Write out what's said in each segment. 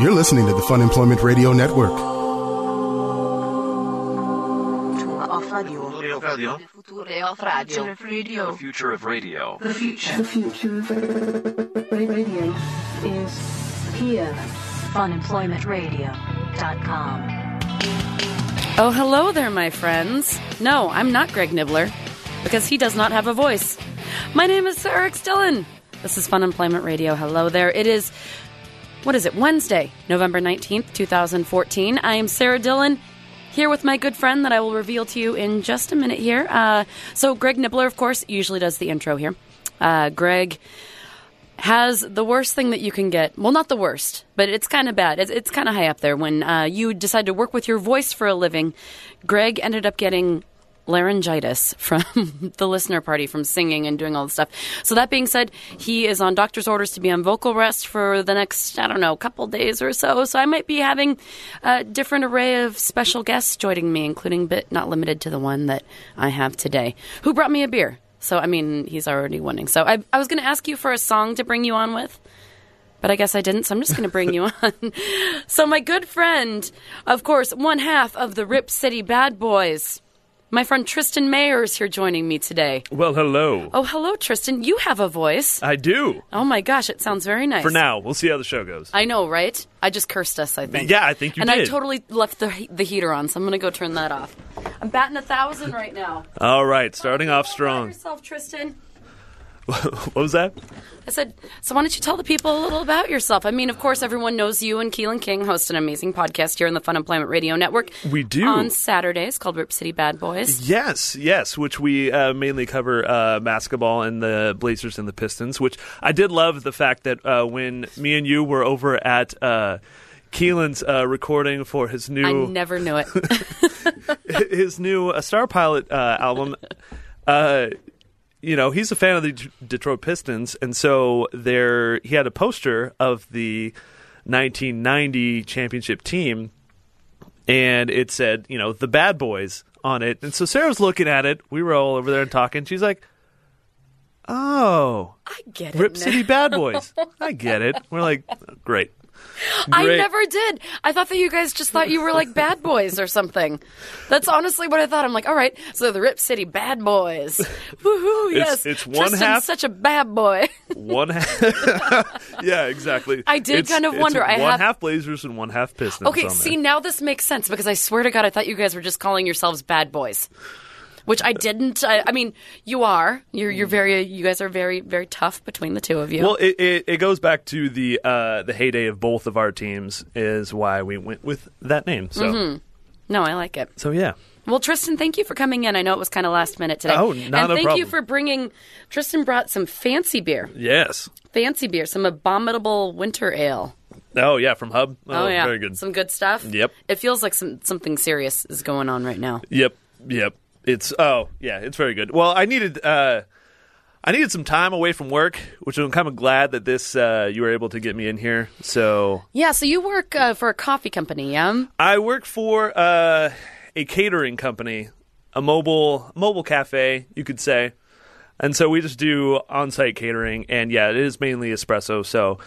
You're listening to the Fun Employment Radio Network. Future of radio. Future Future of of radio. radio. The future of radio. The future of radio is here. Funemploymentradio.com. Oh, hello there, my friends. No, I'm not Greg Nibbler because he does not have a voice. My name is Eric Stillen. This is Fun Employment Radio. Hello there. It is, what is it, Wednesday, November 19th, 2014. I am Sarah Dillon here with my good friend that I will reveal to you in just a minute here. Uh, so, Greg Nibbler, of course, usually does the intro here. Uh, Greg has the worst thing that you can get. Well, not the worst, but it's kind of bad. It's, it's kind of high up there. When uh, you decide to work with your voice for a living, Greg ended up getting laryngitis from the listener party from singing and doing all the stuff. So that being said, he is on doctor's orders to be on vocal rest for the next I don't know couple days or so. So I might be having a different array of special guests joining me, including but not limited to the one that I have today, who brought me a beer. So I mean, he's already winning. So I, I was going to ask you for a song to bring you on with, but I guess I didn't. So I'm just going to bring you on. so my good friend, of course, one half of the Rip City Bad Boys, my friend Tristan Mayer is here joining me today. Well, hello. Oh, hello, Tristan. You have a voice. I do. Oh my gosh, it sounds very nice. For now, we'll see how the show goes. I know, right? I just cursed us. I think. Yeah, I think you and I did. totally left the he- the heater on, so I'm going to go turn that off. I'm batting a thousand right now. All right, starting off Help strong. yourself, Tristan. What was that? I said, so why don't you tell the people a little about yourself? I mean, of course, everyone knows you and Keelan King host an amazing podcast here on the Fun Employment Radio Network. We do. On Saturdays called Rip City Bad Boys. Yes, yes, which we uh, mainly cover uh, basketball and the Blazers and the Pistons, which I did love the fact that uh, when me and you were over at uh, Keelan's uh, recording for his new I never knew it. his new uh, Star Pilot uh, album. Uh, you know, he's a fan of the D- Detroit Pistons, and so there he had a poster of the 1990 championship team, and it said, you know, the Bad Boys on it. And so Sarah's looking at it. We were all over there and talking. She's like, "Oh, I get it. Rip now. City Bad Boys. I get it." We're like, "Great." I Great. never did. I thought that you guys just thought you were like bad boys or something. That's honestly what I thought. I'm like, all right, so the Rip City Bad Boys. Woohoo, It's- yes. it's one Tristan's half- such a bad boy. One half. yeah, exactly. I did It's- kind of it's wonder. I one have- half Blazers and one half Pistons. Okay, on there. see now this makes sense because I swear to God I thought you guys were just calling yourselves bad boys, which I didn't. I, I mean, you are. You're you're very. You guys are very very tough between the two of you. Hmm. Well, it, it, it goes back to the uh, the heyday of both of our teams is why we went with that name. So Mm-hmm. no, I like it. so yeah. Well, Tristan, thank you for coming in. I know it was kind of last minute today. Oh, not and a thank you problem. for bringing. Tristan brought some fancy beer, Yes. fancy beer, some abominable winter ale. Oh yeah, from Hub. Oh, Oh, yeah, very good. Some good stuff. Yep. It feels like some something serious is going on right now. Yep. Yep. It's oh yeah, it's very good. Well, I needed uh, I needed some time away from work, which I'm kind of glad that this uh, you were able to get me in here. So Yeah. So you work uh, for a coffee company, yeah? I work for uh, a catering company, a mobile mobile cafe, you could say, and so we just do on-site catering. And yeah, it is mainly espresso. So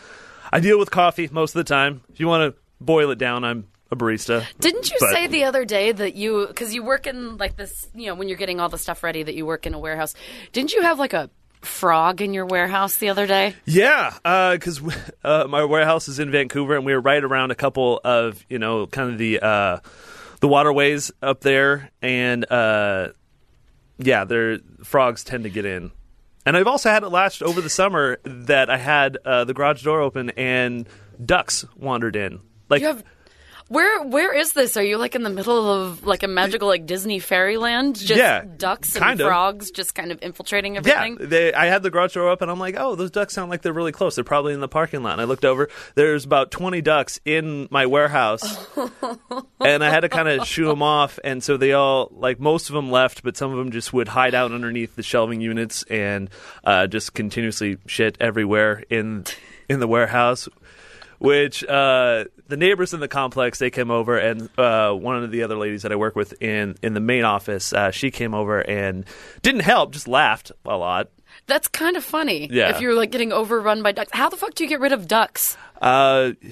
I deal with coffee most of the time. If you want to boil it down, I'm a barista. Didn't you But- say the other day that you, because you work in like this, you know, when you're getting all the stuff ready, that you work in a warehouse? Didn't you have like a frog in your warehouse the other day? Yeah, because uh, my warehouse is in Vancouver, and we were right around a couple of you know kind of the uh, the waterways up there, and uh, yeah, there frogs tend to get in. And I've also had it last over the summer that I had uh, the garage door open and ducks wandered in. Like You have. Where where is this? Are you like in the middle of like a magical like Disney fairyland? Just Yeah, ducks and kind of. frogs just kind of infiltrating yeah, everything. they, I had the garage door open. I'm like, oh, those ducks sound like they're really close. They're probably in the parking lot. And I looked over. There's about 20 ducks in my Oh. warehouse, and I had to kind of shoo them off. And so they all, like, most of them left, but some of them just would hide out underneath the shelving units and uh, just continuously shit everywhere in in the warehouse. Which uh, the neighbors in the complex they came over, and uh, one of the other ladies that I work with in in the main office, uh, she came over and didn't help, just laughed a lot. That's kind of funny. Yeah. If you're like getting overrun by ducks, how the fuck do you get rid of ducks? Uh, they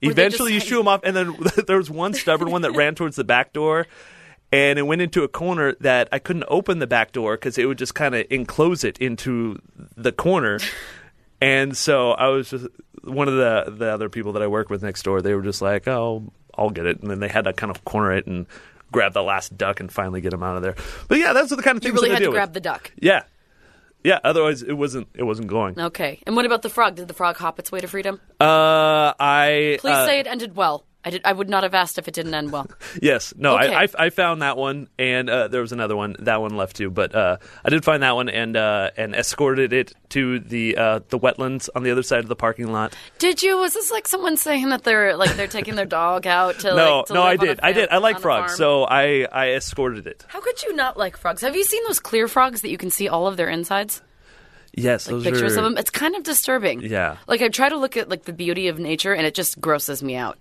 Eventually, you just- shoo them off, and then there was one stubborn one that ran towards the back door, and it went into a corner that I couldn't open the back door because it would just kind of enclose it into the corner. And so I was just one of the the other people that I work with next door. They were just like, "Oh, I'll get it," and then they had to kind of corner it and grab the last duck and finally get him out of there. But yeah, that's the kind of You things really that I had to deal with. grab the duck. Yeah. Yeah, otherwise it wasn't it wasn't going. Okay. And what about the frog? Did the frog hop its way to freedom? Uh I Please uh, say it ended well. I did. I would not have asked if it didn't end well. Yes. No, Okay. I, I I found that one and uh, there was another one. That one left too, but uh I did find that one and uh and escorted it to the uh the wetlands on the other side of the parking lot. Did you? Was this like someone saying that they're like they're taking their dog out to? no, like, to no, I live on a did. I did. I fam- like on a frogs, farm? so I I escorted it. how could you not like frogs? Have you seen those clear frogs that you can see all of their insides? Yes, those Pictures are of them. It's kind of disturbing. Yeah. Like I try to look at like the beauty of nature, and it just grosses me out.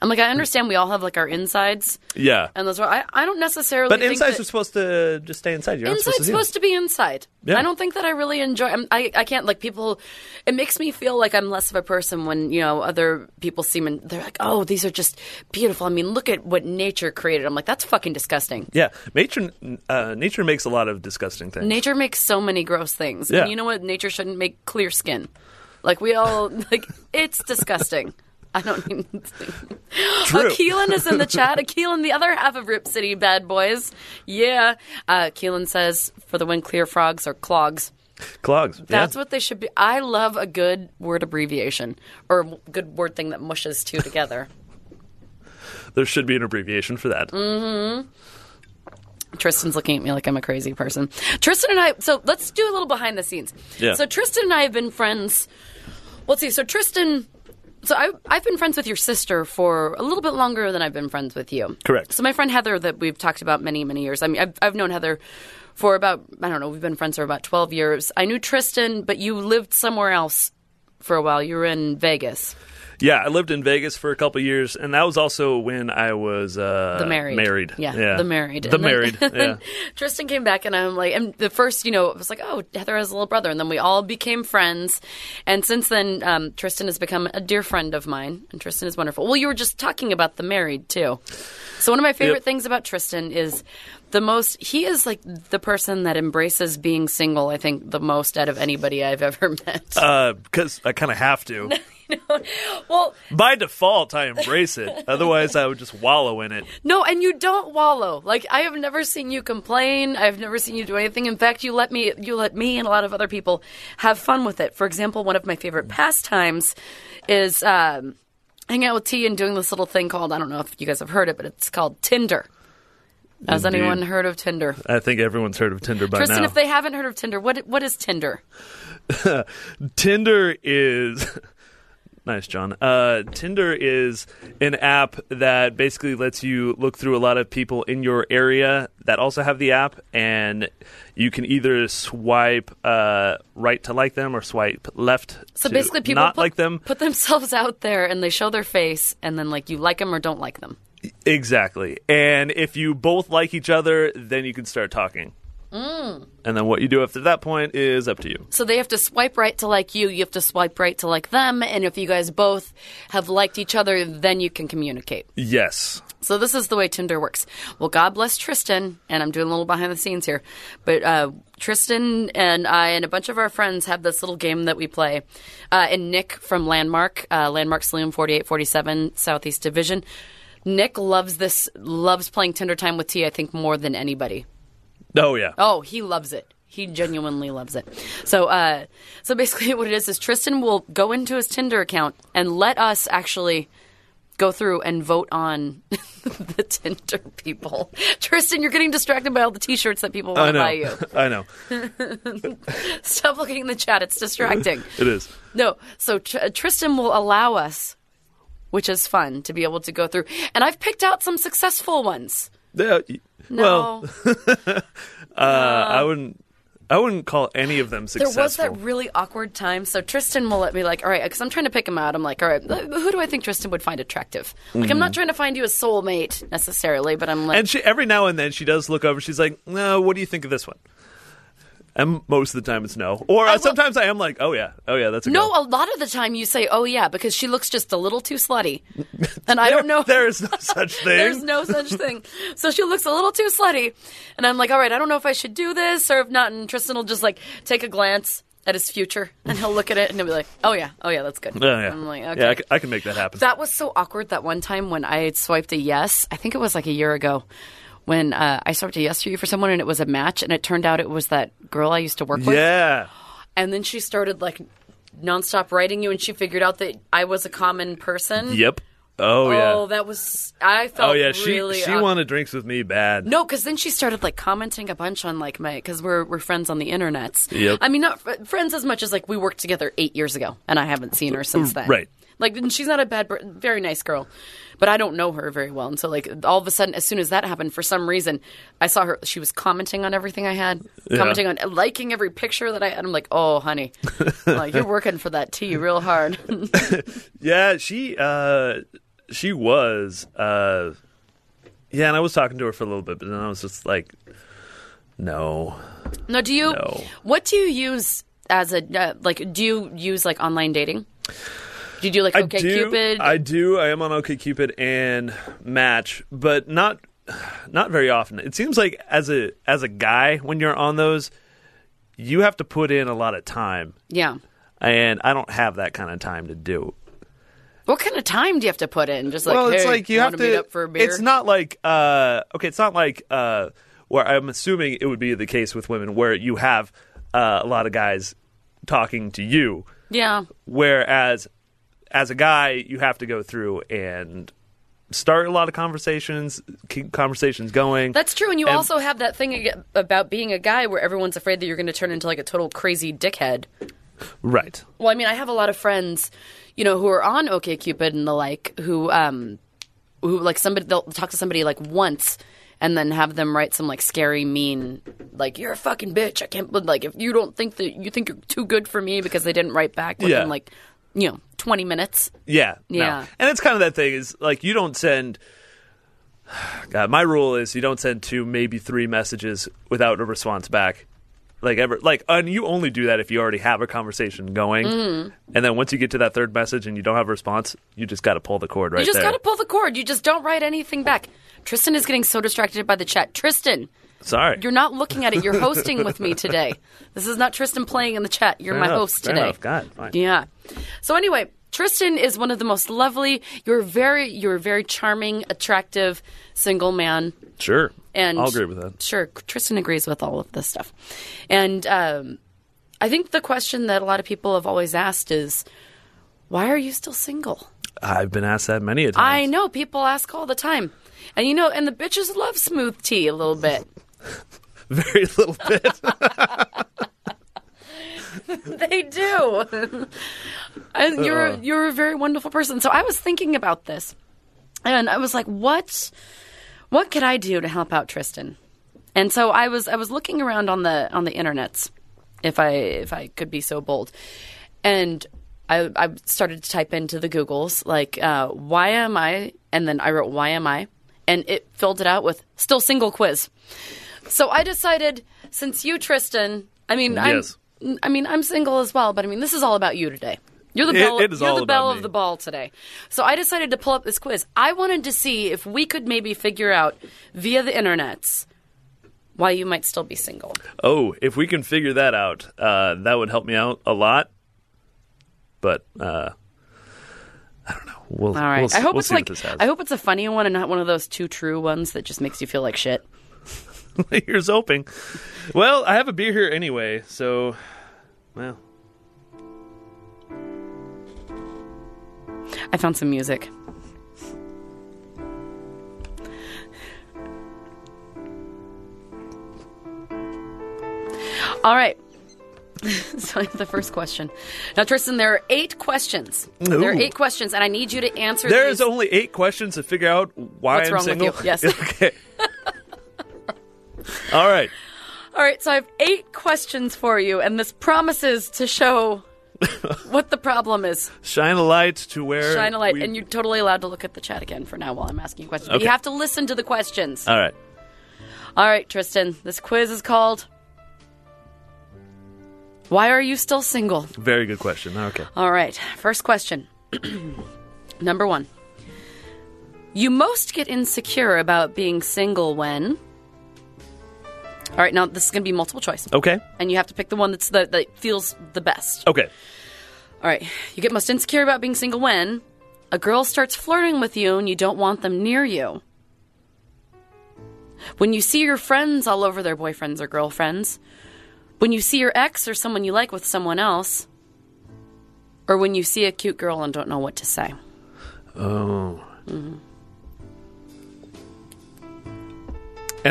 I'm like, I understand we all have like our insides, Yeah. and those. Are, I I don't necessarily. But think insides that- are supposed to just stay inside. You're not Inside's supposed to see them. supposed to be inside. Yeah. I don't think that I really enjoy. I'm, I I can't like people. It makes me feel like I'm less of a person when you know other people see me. and They're like, oh, these are just beautiful. I mean, look at what nature created. I'm like, that's fucking disgusting. Yeah, nature uh, nature makes a lot of disgusting things. Nature makes so many gross things. Yeah. And you know what? Nature shouldn't make clear skin. Like we all like it's disgusting. I don't even think. True. Keelan is in the chat. Keelan, the other half of Rip City Bad Boys. Yeah. Uh, Keelan says, for the win, clear frogs or clogs. Clogs. That's yeah. what they should be. I love a good word abbreviation or a good word thing that mushes two together. There should be an abbreviation for Mm-hmm. that. Tristan's looking at me like I'm a crazy person. Tristan and I, so let's do a little behind the scenes. Yeah. So Tristan and I have been friends. Let's see. So Tristan, so I, I've been friends with your sister for a little bit longer than I've been friends with you. Correct. So my friend Heather that we've talked about many, many years. I mean, I've, I've known Heather for about, I don't know, we've been friends for about 12 years. I knew Tristan, but you lived somewhere else for a while. You were in Vegas. Yeah, I lived in Vegas for a couple years, and that was also when I was uh, the married. Married. Yeah, the married. The And then- married. yeah. Tristan came back, and I'm like, and the first, you know, it was like, oh, Heather has a little brother, and then we all became friends, and since then, um, Tristan has become a dear friend of mine, and Tristan is wonderful. Well, you were just talking about the married too, so one of my favorite Yep. things about Tristan is the most he is like the person that embraces being single. I think the most out of anybody I've ever met. Uh, Because I kind of have to. well, By default, I embrace it. Otherwise, I would just wallow in it. No, and you don't wallow. Like I have never seen you complain. I've never seen you do anything. In fact, you let me you let me and a lot of other people have fun with it. For example, one of my favorite pastimes is um, hanging out with T and doing this little thing called I don't know if you guys have heard it, but it's called Tinder. Has Indeed. anyone heard of Tinder? I think everyone's heard of Tinder by Tristan, now. if they haven't heard of Tinder, what what is Tinder? Tinder is nice, John. Uh, Tinder is an app that basically lets you look through a lot of people in your area that also have the app, and you can either swipe uh, right to like them or swipe left. So to basically, people not put, like them put themselves out there and they show their face, and then like you like them or don't like them. exactly. And if you both like each other, then you can start talking. Mm. And then what you do after that point is up to you. So they have to swipe right to like you, you have to swipe right to like them, and if you guys both have liked each other, then you can communicate. Yes. So this is the way Tinder works. Well, God bless Tristan, and I'm doing a little behind the scenes here, but uh, Tristan and I and a bunch of our friends have this little game that we play. Uh, and Nick from Landmark, uh, Landmark Saloon 4847 Southeast Division, Nick loves this, loves playing Tinder Time with T. I think more than anybody. Oh yeah. Oh, he loves it. He genuinely loves it. So, uh, so basically, what it is is Tristan will go into his Tinder account and let us actually go through and vote on the Tinder people. Tristan, you're getting distracted by all the T-shirts that people I want to know. buy Oh, you. I know. Stop looking in the chat; it's distracting. It is. No, so Tr- uh, Tristan will allow us, which is fun to be able to go through. And I've picked out some successful ones. Yeah, y- No. Well, Uh, I wouldn't. I wouldn't call any of them Um, There successful. was that really awkward time. So Tristan will let me like, all right, because I'm trying to pick him out. I'm like, all right, who do I think Tristan would find attractive? Like, I'm Mm. not trying to find you a soulmate necessarily, but I'm like, and she every now and then she does look over. She's like, "No, what do you think of this one?" And most of the time it's no. Or uh, will- sometimes I am like, oh yeah, oh yeah, that's a No, go. a lot of the time you say, "Oh yeah," because she looks just a little too slutty, and I don't know. There is no such thing. There's no such thing. So she looks a little too slutty. And I'm like, all right, I don't know if I should do this or if not. And Tristan will just like take a glance at his future and he'll look at it and he'll be like, oh yeah, oh yeah, that's good. Oh, yeah. I'm like, Yeah, okay. I c- I can make that happen. That was so awkward that one time when I had swiped a yes. I think it was like a year ago when uh, I swiped a yes for you for someone and it was a match and it turned out it was that girl I used to work with. yeah. And then she started like nonstop writing you and she figured out that I was a common person. Yep. Oh, Oh, yeah. that was I felt. Oh yeah. She really she awkward. wanted drinks with me bad. No, because then she started like commenting a bunch on like my because we're we're friends on the internet. Yep. I mean, not fr- friends as much as like we worked together eight years ago, and I haven't seen her since then. Mm, Right. Like, and she's not a bad, per- very nice girl, but I don't know her very well. And so, like, all of a sudden, as soon as that happened, for some reason, I saw her. She was commenting on everything I had, commenting on liking every picture that I. And I'm like, oh, honey, like, you're working for that tea real hard. Yeah, she uh she was uh yeah, and I was talking to her for a little bit, but then I was just like no. now, do you? No. What do you use as a uh, like? Do you use like online dating? Do you do like I OK do Cupid? I do. I am on OkCupid and Match, but not not very often. It seems like as a as a guy when you're on those you have to put in a lot of time. yeah. And I don't have that kind of time to do. What kind of time do you have to put in? Just like, well, it's hey, like you, wanna have meet to. up for a beer. It's not like uh, okay, it's not like uh, where I'm assuming it would be the case with women where you have uh, a lot of guys talking to you, Yeah. whereas as a guy you have to go through and start a lot of conversations, keep conversations going. That's true, and you And- also have that thing ag- about being a guy where everyone's afraid that you're going to turn into like a total crazy dickhead. right. Well, I mean, I have a lot of friends, you know, who are on OkCupid and the like, who, um, who like somebody they'll talk to somebody like once, and then have them write some like scary, mean, like you're a fucking bitch. I can't but, like if you don't think that you think you're too good for me because they didn't write back within Yeah. like, you know, twenty minutes. Yeah. no. Yeah. And it's kind of that thing is like you don't send. God, my rule is you don't send two, maybe three messages without a response back. Like ever, like, and you only do that if you already have a conversation going. Mm-hmm. And then once you get to that third message and you don't have a response, you just got to pull the cord right You just there. got to pull the cord. You just don't write anything back. Tristan is getting so distracted by the chat. Tristan, Sorry, you're not looking at it. You're hosting with me today. This is not Tristan playing in the chat. You're Fair my enough, host fair today. enough. God, fine. Yeah. So anyway, Tristan is one of the most lovely. You're very, you're a very charming, attractive single man. sure, And I'll agree with that. Sure, Tristan agrees with all of this stuff, and um, I think the question that a lot of people have always asked is, why are you still single? I've been asked that many a I time. know people ask all the time. And you know, and the bitches love smooth tea a little bit. Very little bit. They do. and you're you're a very wonderful person. So I was thinking about this, and I was like, what what could I do to help out Tristan? And so I was I was looking around on the on the internets, if I if I could be so bold, and I I started to type into the Googles like uh, why am I, and then I wrote why am I, and it filled it out with still single quiz. So I decided since you Tristan, I mean Yes. I'm I mean I'm single as well, but I mean this is all about you today. You're the It- bell, it is you're all the about bell me. of the ball today. So I decided to pull up this quiz. I wanted to see if we could maybe figure out via the internets why you might still be single. Oh, if we can figure that out, uh, that would help me out a lot. But uh, I don't know. We'll, All right. we'll s- I hope we'll it's see what like this has. I hope it's a funny one and not one of those two true ones that just makes you feel like shit. Here's hoping. Well, I have a beer here anyway, so well, I found some music. All right. so I have the first question. Now, Tristan, there are eight questions. There are Ooh. eight questions, and I need you to answer there is these. only eight questions to figure out why What's I'm wrong with single. you? Yes. okay. All right. All right, so I have eight questions for you, and this promises to show what the problem is. Shine a light to where Shine a light, we- and you're totally allowed to look at the chat again for now while I'm asking you questions. But you Okay. have to listen to the questions. All right. All right, Tristan, this quiz is called Why are you still single? Very good question. Okay. All right, first question. Number one. You most get insecure about being single when. All right, now this is going to be multiple choice. Okay. And you have to pick the one that's the, that feels the best. Okay. All right, you get most insecure about being single when a girl starts flirting with you and you don't want them near you. When you see your friends all over their boyfriends or girlfriends. When you see your ex or someone you like with someone else. Or when you see a cute girl and don't know what to say. Oh. And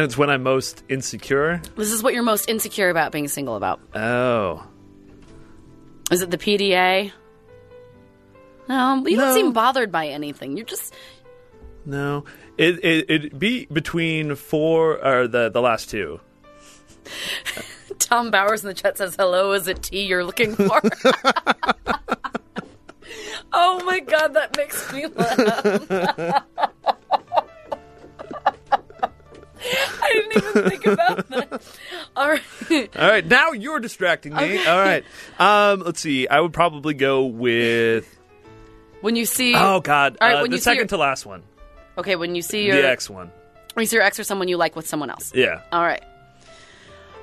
it's when I'm most insecure. This is what you're most insecure about being single about. Oh. Is it the PDA? No, you No. don't seem bothered by anything. You're just No. It it it'd be between four or the the last two. Tom Bowers in the chat says, "Hello, is it tea you're looking for?" oh my god, that makes me laugh. I didn't even think about that. All right, All right, now you're distracting me. All right. Um let's see. I would probably go with when you see Oh god. All right, uh, when the you see second your- to last one. okay, when you see your The X one. when you see your ex or someone you like with someone else. Yeah. All right.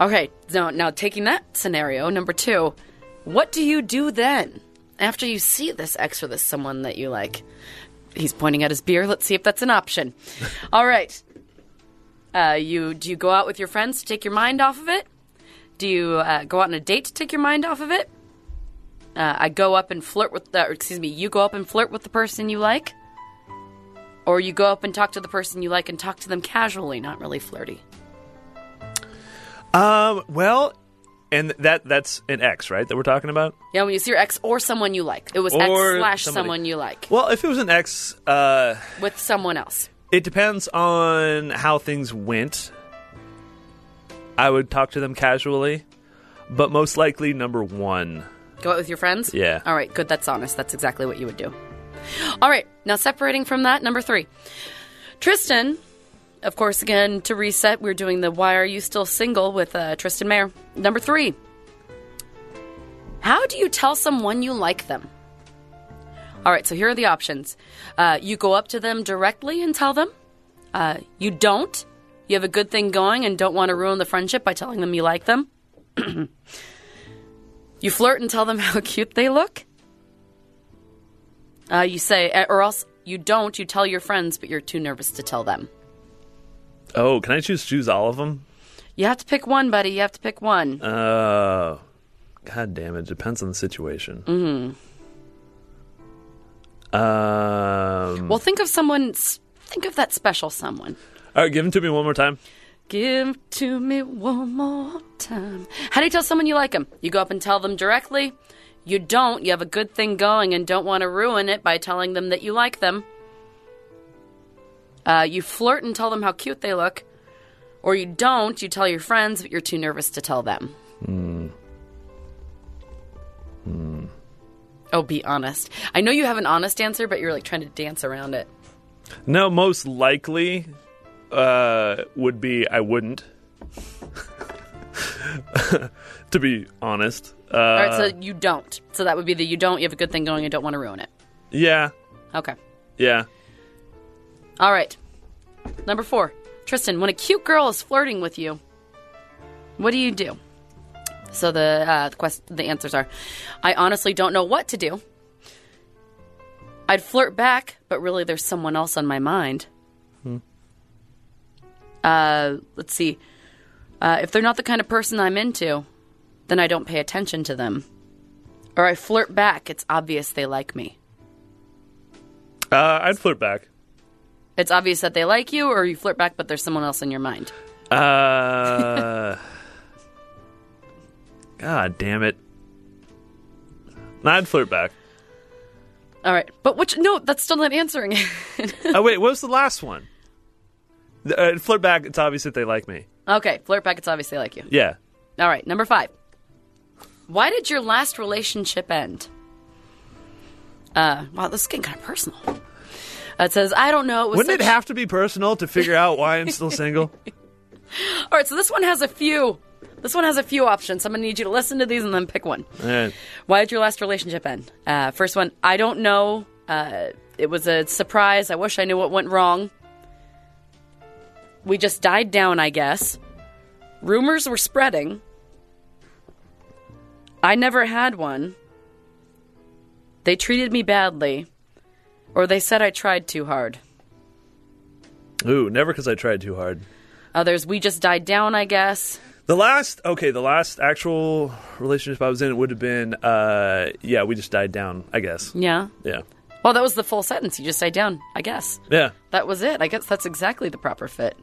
Okay. Now, now taking that scenario, number two, what do you do then after you see this ex or this someone that you like? He's pointing at his beer. Let's see if that's an option. All right. Uh, you do you go out with your friends to take your mind off of it? Do you uh, go out on a date to take your mind off of it? Uh, I go up and flirt with the, or excuse me, you go up and flirt with the person you like, or you go up and talk to the person you like and talk to them casually, not really flirty. Um well, and that that's an X, right? That we're talking about? Yeah, when you see your ex or someone you like. It was ex Or slash somebody. someone you like Well, if it was an X, uh with someone else. It depends on how things went. I would talk to them casually, but most likely number one. Go out with your friends? Yeah. All right, good. That's honest. That's exactly what you would do. All right, now separating from that, number three. Tristan, of course, again, to reset, we're doing the Why Are You Still Single with uh, Tristan Mayer. Number three. How do you tell someone you like them? All right, so here are the options. Uh, you go up to them directly and tell them. Uh, you don't. You have a good thing going and don't want to ruin the friendship by telling them you like them. You flirt and tell them how cute they look. Uh, you say, or else you don't. You tell your friends, but you're too nervous to tell them. Oh, can I choose choose all of them? You have to pick one, buddy. You have to pick one. Oh, god damn it! Depends on the situation. Um, well, think of someone. s- Think of that special someone. all right, give them to me one more time. Give to me one more time. How do you tell someone you like them? You go up and tell them directly. You don't. You have a good thing going and don't want to ruin it by telling them that you like them. Uh, you flirt and tell them how cute they look. Or you don't. You tell your friends, but you're too nervous to tell them. Oh, be honest. I know you have an honest answer, but you're like trying to dance around it. No, most likely uh, would be I wouldn't. to be honest, uh, All right, so you don't. So that would be the you don't. You have a good thing going and don't want to ruin it. yeah, Okay. yeah. All right. Number four. Tristan, when a cute girl is flirting with you, what do you do? So the uh, the, quest- the answers are I honestly don't know what to do. I'd flirt back, but really there's someone else on my mind. Uh, let's see. Uh, if they're not the kind of person I'm into, then I don't pay attention to them. Or I flirt back, it's obvious they like me. Uh, I'd flirt back. It's obvious that they like you, or you flirt back, but there's someone else in your mind. Uh, God damn it. I'd flirt back. All right, but which? No, that's still not answering. it. Oh, wait, what was the last one? Th- Uh, flirt back, it's obvious that they like me. okay, flirt back. It's obvious they like you. Yeah. All right, number five. Why did your last relationship end? Uh, wow, this is getting kind of personal. Uh, It says, I don't know. It was Wouldn't it such- have to be personal to figure out why I'm still single? All right, so this one has a few This one has a few options. I'm going to need you to listen to these and then pick one. All right. Why did your last relationship end? Uh, first one, I don't know. Uh, it was a surprise. I wish I knew what went wrong. We just died down, I guess. Rumors were spreading. I never had one. They treated me badly, or they said I tried too hard. Ooh, never because I tried too hard. Others, we just died down, I guess. The last, okay, the last actual relationship I was in would have been, uh, yeah, we just died down, I guess. Yeah. Yeah. Well, that was the full sentence. You just died down, I guess. Yeah. That was it. I guess that's exactly the proper fit.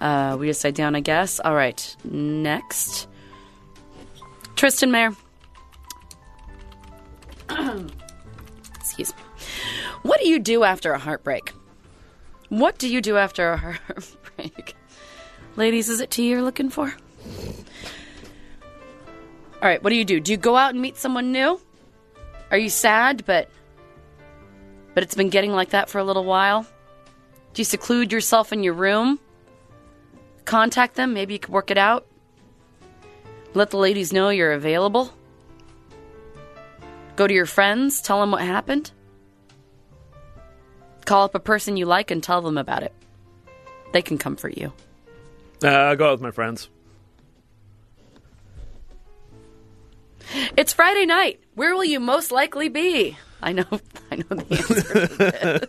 Uh, we just side down, I guess. All right, next. Tristan Mayer. Excuse me. What do you do after a heartbreak? What do you do after a heartbreak? Ladies, is it tea you're looking for? All right, what do you do? Do you go out and meet someone new? Are you sad, but but it's been getting like that for a little while? Do you seclude yourself in your room? Contact them, maybe you could work it out. Let the ladies know you're available. Go to your friends, tell them what happened. Call up a person you like and tell them about it. They can comfort you. Uh, I'll go out with my friends. It's Friday night. Where will you most likely be? I know, I know the answer to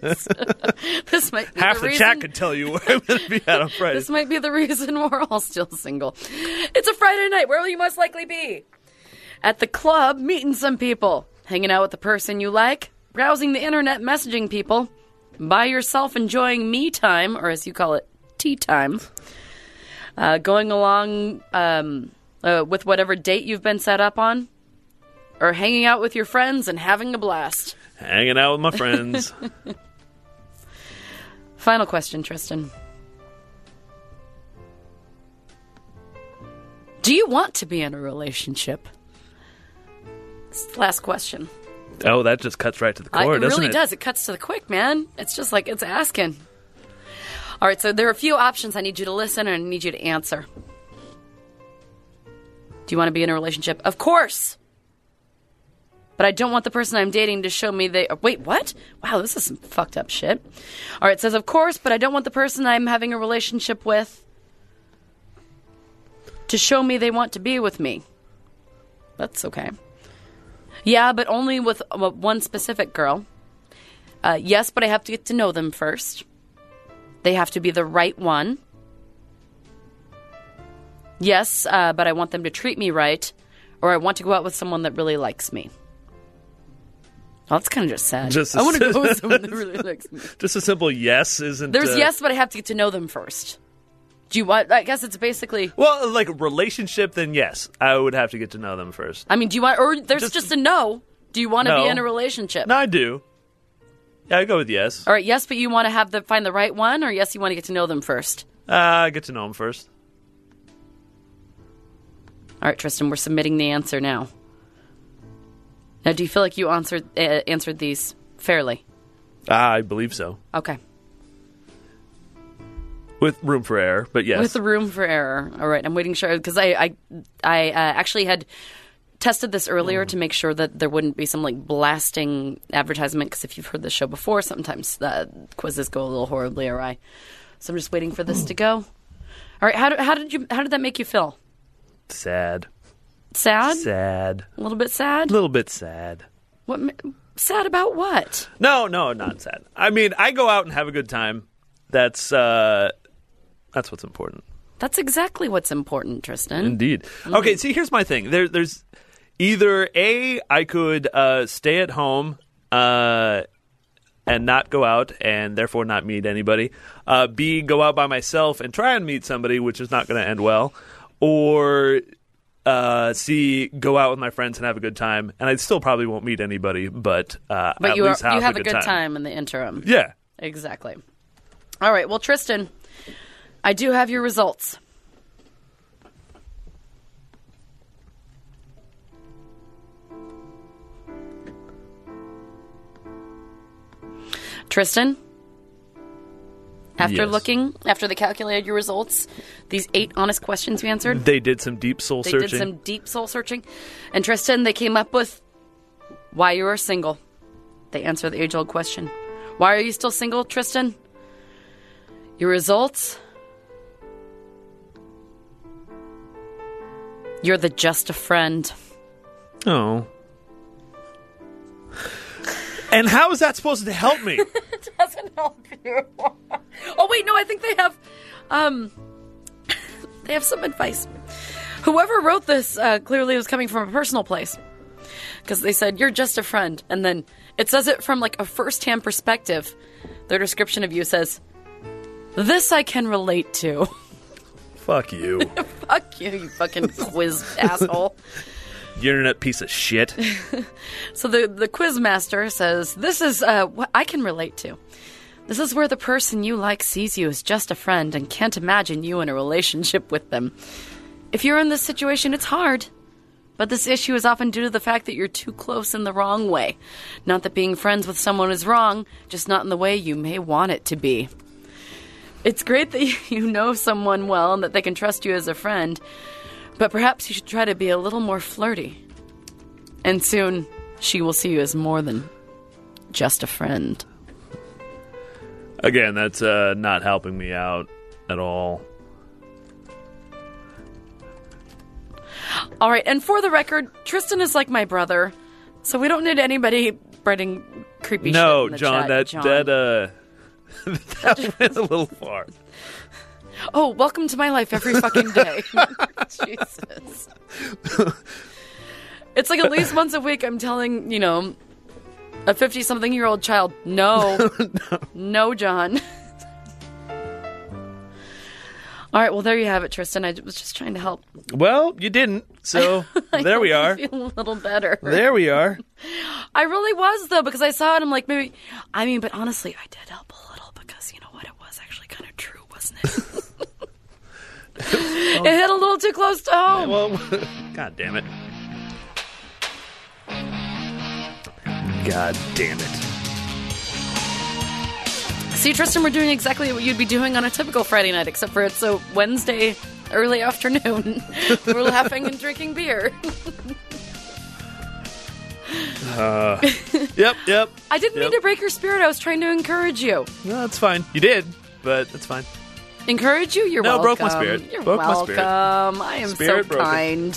this. this might be Half the, the, reason. chat could tell you where I'm going to be at on Friday. This might be the reason we're all still single. It's a Friday night. Where will you most likely be? At the club, meeting some people, hanging out with the person you like, browsing the internet, messaging people, by yourself enjoying me time, or as you call it, tea time, uh, going along um, uh, with whatever date you've been set up on, or hanging out with your friends and having a blast. Hanging out with my friends. Final question, Tristan. Do you want to be in a relationship? It's the last question. oh, that just cuts right to the I- core, it doesn't really it? does. It cuts to the quick, man. It's just like it's asking. All right, so there are a few options. I need you to listen and I need you to answer. Do you want to be in a relationship? Of course. But I don't want the person I'm dating to show me they. Wait, what? Wow, this is some fucked up shit. All right, it says, of course, but I don't want the person I'm having a relationship with to show me they want to be with me. That's okay. Yeah, but only with uh, one specific girl. Uh, yes, but I have to get to know them first. They have to be the right one. Yes, uh, but I want them to treat me right, or I want to go out with someone that really likes me. Well, that's kind of just sad. Just I want to as- go with someone that really likes me. Just a simple yes isn't. There's uh, yes, but I have to get to know them first. Do you want? I guess it's basically. Well, like a relationship, then yes, I would have to get to know them first. I mean, do you want? Or there's just, Just- a no. Do you want to No. be in a relationship? No, I do. Yeah, I go with yes. Uh, All right, yes, but you want to have the find the right one, or yes, you want to get to know them first. Uh, get to know them first. All right, Tristan, we're submitting the answer now. Now, do you feel like you answered uh, answered these fairly? I believe so. Okay, With room for error, but yes. with room for error. All right, I'm waiting sure because I I I uh, actually had tested this earlier to make sure that there wouldn't be some like blasting advertisement because if you've heard this show before, sometimes uh, quizzes go a little horribly awry. So I'm just waiting for this to go. All right, how did, how did you how did that make you feel? sad. Sad? Sad. A little bit sad? A little bit sad. What ma- sad about what? No, no, not sad. I mean, I go out and have a good time. That's uh that's what's important. That's exactly what's important, Tristan. Indeed. Mm-hmm. Okay, see here's my thing. There there's either A I could uh stay at home uh and not go out and therefore not meet anybody. Uh B go out by myself and try and meet somebody which is not going to end well or uh, C, go out with my friends and have a good time, and I still probably won't meet anybody, but uh, But at you, are, least have, you have a good time. in the interim. Yeah, Exactly. All right. Well, Tristan, I do have your results. Tristan, After Yes. looking, after they calculated your results, these eight honest questions we answered, They did some deep soul they searching. did some deep soul searching. And Tristan, they came up with why you are single. They answer the age old question Why are you still single, Tristan? Your results. You're the just a friend. Oh. And how is that supposed to help me? doesn't help you. oh wait, no, I think they have, um, they have some advice. Whoever wrote this uh, clearly was coming from a personal place, because they said you're just a friend, and then it says it from like a first-hand perspective. Their description of you says, "This I can relate to." Fuck you. Fuck you, you fucking quiz asshole. You internet piece of shit. So the the quiz master says, "This is uh, what I can relate to. This is where the person you like sees you as just a friend and can't imagine you in a relationship with them. If you're in this situation, it's hard." But this issue is often due to the fact that you're too close in the wrong way. Not that being friends with someone is wrong, just not in the way you may want it to be. It's great that you know someone well and that they can trust you as a friend, but perhaps you should try to be a little more flirty. And soon, she will see you as more than just a friend. Again, that's uh, not helping me out at all. All right, and for the record, Tristan is like my brother, so we don't need anybody spreading creepy shit. no, in the John, chat, that John. that uh that went a little far. Oh, welcome to my life every fucking day. Jesus. It's like at least once a week I'm telling, you know, a 50 something year old child, no, no, John. All right, well, there you have it, Tristan. I was just trying to help. Well, you didn't. So I there we hope are. you Feel a little better. There we are. I really was though because I saw it. I'm like maybe. I mean, but honestly, I did help a little because you know what? It was actually kind of true, wasn't it? it hit a little too close to home. Well, god damn it. God damn it. See, Tristan, we're doing exactly what you'd be doing on a typical Friday night, except for it's a Wednesday early afternoon. we're laughing and drinking beer. Yep, yep. I didn't mean Yep. to break your spirit. I was trying to encourage you. No, that's fine. You did, but that's fine. Encourage you? You're No, welcome. broke my spirit. You're Broke my welcome. spirit. I am Spirit so broken.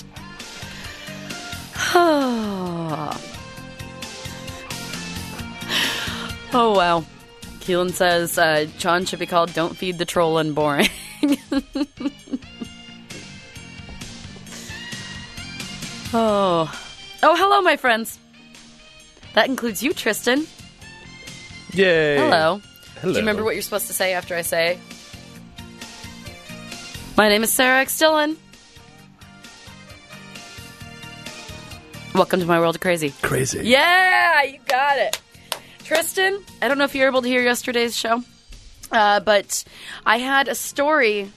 kind. oh wow. Keelan says uh, John should be called "Don't Feed the Troll" and boring. oh, oh, hello, my friends. That includes you, Tristan. Yay. Hello. Hello. Do you remember what you're supposed to say after I say? My name is Sarah X. Dillon. Welcome to my world of crazy. Crazy. Yeah, you got it. Tristan, I don't know if you were able to hear yesterday's show, uh, but I had a story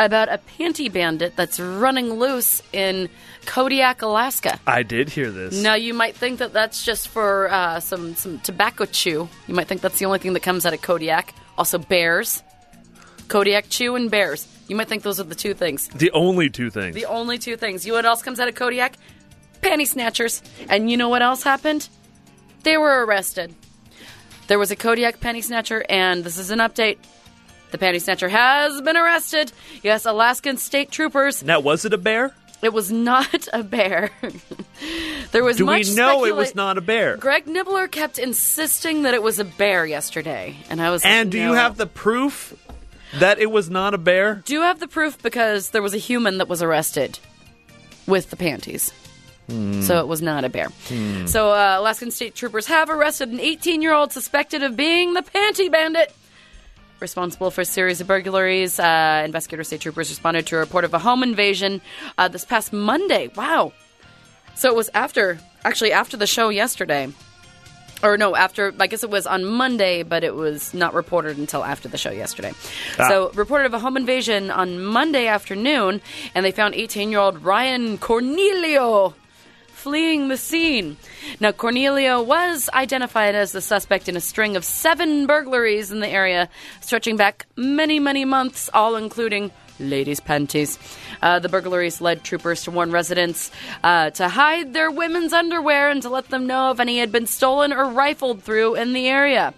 about a panty bandit that's running loose in Kodiak, Alaska. I did hear this. Now you might think that that's just for uh, some some tobacco chew. You might think that's the only thing that comes out of Kodiak. Also bears, Kodiak chew and bears. You might think those are the two things. The only two things. The only two things. You know what else comes out of Kodiak? Panty snatchers. And you know what else happened? They were arrested. There was a Kodiak panty snatcher, and this is an update. The panty snatcher has been arrested. Yes, Alaskan state troopers. now, was it a bear? It was not a bear. there was Do we much know it was specula- not a bear? Greg Nibbler kept insisting that it was a bear yesterday, and I was. like, and do you "No." have the proof that it was not a bear? do have the proof because there was a human that was arrested with the panties. So it was not a bear. So uh, Alaskan state troopers have arrested an 18-year-old suspected of being the panty bandit. Responsible for a series of burglaries, uh, investigator state troopers responded to a report of a home invasion uh, this past Monday. Wow! So it was after, actually after the show yesterday, or no, after I guess it was on Monday, but it was not reported until after the show yesterday. So reported of a home invasion on Monday afternoon, and they found 18-year-old Ryan Cornelio fleeing the scene. Now, Cornelio was identified as the suspect in a string of seven burglaries in the area, stretching back many, many months, all including ladies' panties. Uh, the burglaries led troopers to warn residents uh, to hide their women's underwear and to let them know if any had been stolen or rifled through in the area.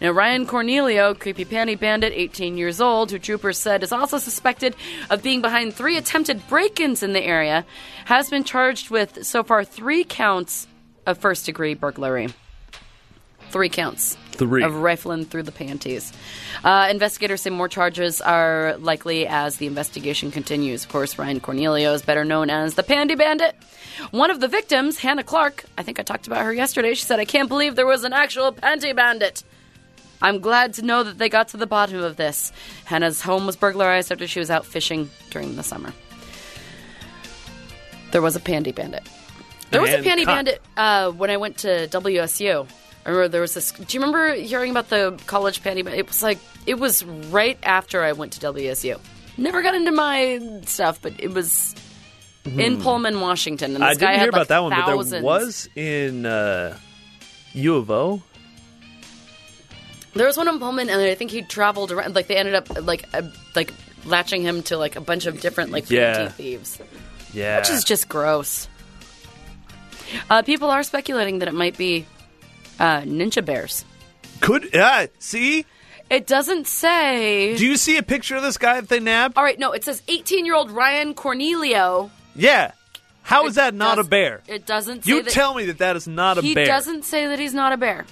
Now, Ryan Cornelio, creepy panty bandit, 18 years old, who troopers said is also suspected of being behind three attempted break ins in the area, has been charged with so far three counts of first degree burglary. Three counts Three. of rifling through the panties. Uh, investigators say more charges are likely as the investigation continues. Of course, Ryan Cornelio is better known as the Pandy Bandit. One of the victims, Hannah Clark, I think I talked about her yesterday, she said, I can't believe there was an actual Panty Bandit. I'm glad to know that they got to the bottom of this. Hannah's home was burglarized after she was out fishing during the summer. There was a pandy bandit. There was a And pandy caught. bandit uh, when I went to WSU. I remember there was this. Do you remember hearing about the college pandy? ba- It was like it was right after I went to WSU. Never got into my stuff, but it was in Pullman, Washington. And this Hmm. I guy didn't had hear like about that one, but there thousands. was in uh, U of O. There was one in Pullman, and I think he traveled around. Like they ended up like uh, like latching him to like a bunch of different like Yeah. panty thieves, Yeah, which is just gross. Uh, people are speculating that it might be uh, ninja bears. could uh, see. It doesn't say. Do you see a picture of this guy that they nabbed? All right, no, it says 18-year-old Ryan Cornelio. Yeah. How is that not a does- bear? It doesn't. Say You that, tell me that that is not a he bear. doesn't say that he's not a bear.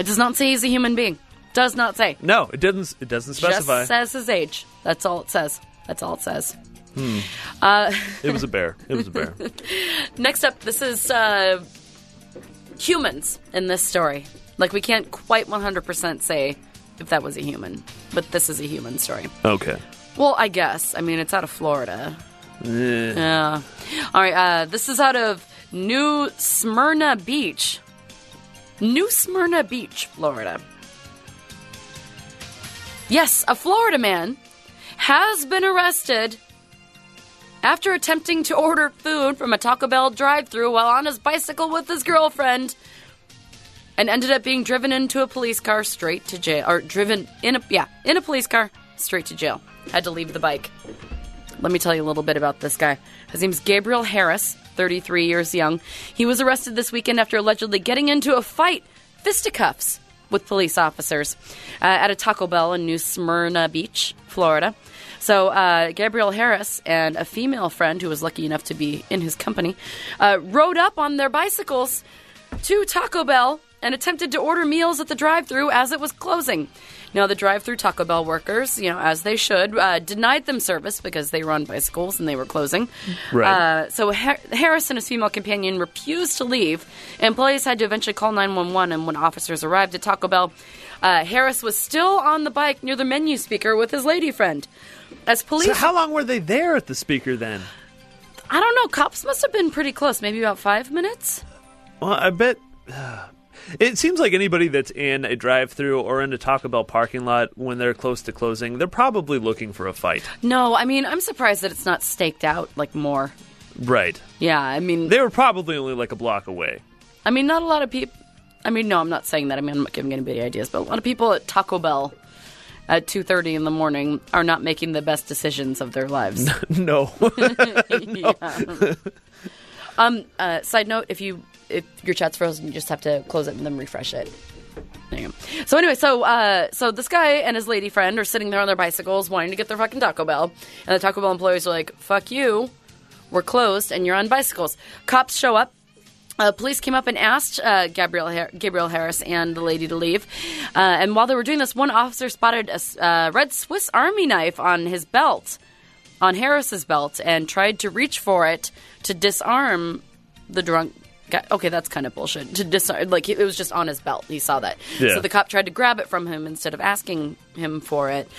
It does not say he's a human being. Does not say. No, it doesn't. It doesn't specify. Just says his age. That's all it says. That's all it says. It was a bear. It was a bear. Next up, this is uh, humans in this story. Like, we can't quite 100% say if that was a human, but this is a human story. okay. Well, I guess. I mean, it's out of Florida. Yeah. All right, uh, this is out of New Smyrna Beach. New Smyrna Beach, Florida. Yes, a Florida man has been arrested after attempting to order food from a Taco Bell drive thru while on his bicycle with his girlfriend and ended up being driven into a police car straight to jail or driven in a yeah, in a police car straight to jail. Had to leave the bike. Let me tell you a little bit about this guy. His name's Gabriel Harris, 33 years young. He was arrested this weekend after allegedly getting into a fight, fisticuffs, with police officers uh, at a Taco Bell in New Smyrna Beach, Florida. So, uh, Gabriel Harris and a female friend who was lucky enough to be in his company uh, rode up on their bicycles to Taco Bell and attempted to order meals at the drive-through as it was closing. Now, the drive-through Taco Bell workers, you know, as they should, uh, denied them service because they were on bicycles and they were closing. Right. Uh, so Har- Harris and his female companion refused to leave. Employees had to eventually call 911, and when officers arrived at Taco Bell, uh, Harris was still on the bike near the menu speaker with his lady friend. As police, So how long were they there at the speaker then? I don't know. Cops must have been pretty close, maybe about five minutes. Well, I bet. It seems like anybody that's in a drive-through or in a Taco Bell parking lot when they're close to closing, they're probably looking for a fight. No, I mean, I'm surprised that it's not staked out like more. Right. Yeah, I mean, They were probably only like a block away. I mean, not a lot of people. I mean, no, I'm not saying that. I mean, I'm not giving anybody ideas, but a lot of people at Taco Bell at 2:30 in the morning are not making the best decisions of their lives. no. Yeah. um. Uh, side note: If you if your chat's frozen, you just have to close it and then refresh it. There you go. So anyway, so uh, so this guy and his lady friend are sitting there on their bicycles, wanting to get their fucking Taco Bell, and the Taco Bell employees are like, "Fuck you, we're closed, and you're on bicycles." Cops show up. Uh, police came up and asked uh, Gabriel Har- Gabriel Harris and the lady to leave. Uh, and while they were doing this, one officer spotted a s- uh, red Swiss Army knife on his belt on Harris's belt and tried to reach for it to disarm the drunk guy. Okay, that's kind of bullshit. To disarm, like it was just on his belt. He saw that, Yeah. so the cop tried to grab it from him instead of asking him for it.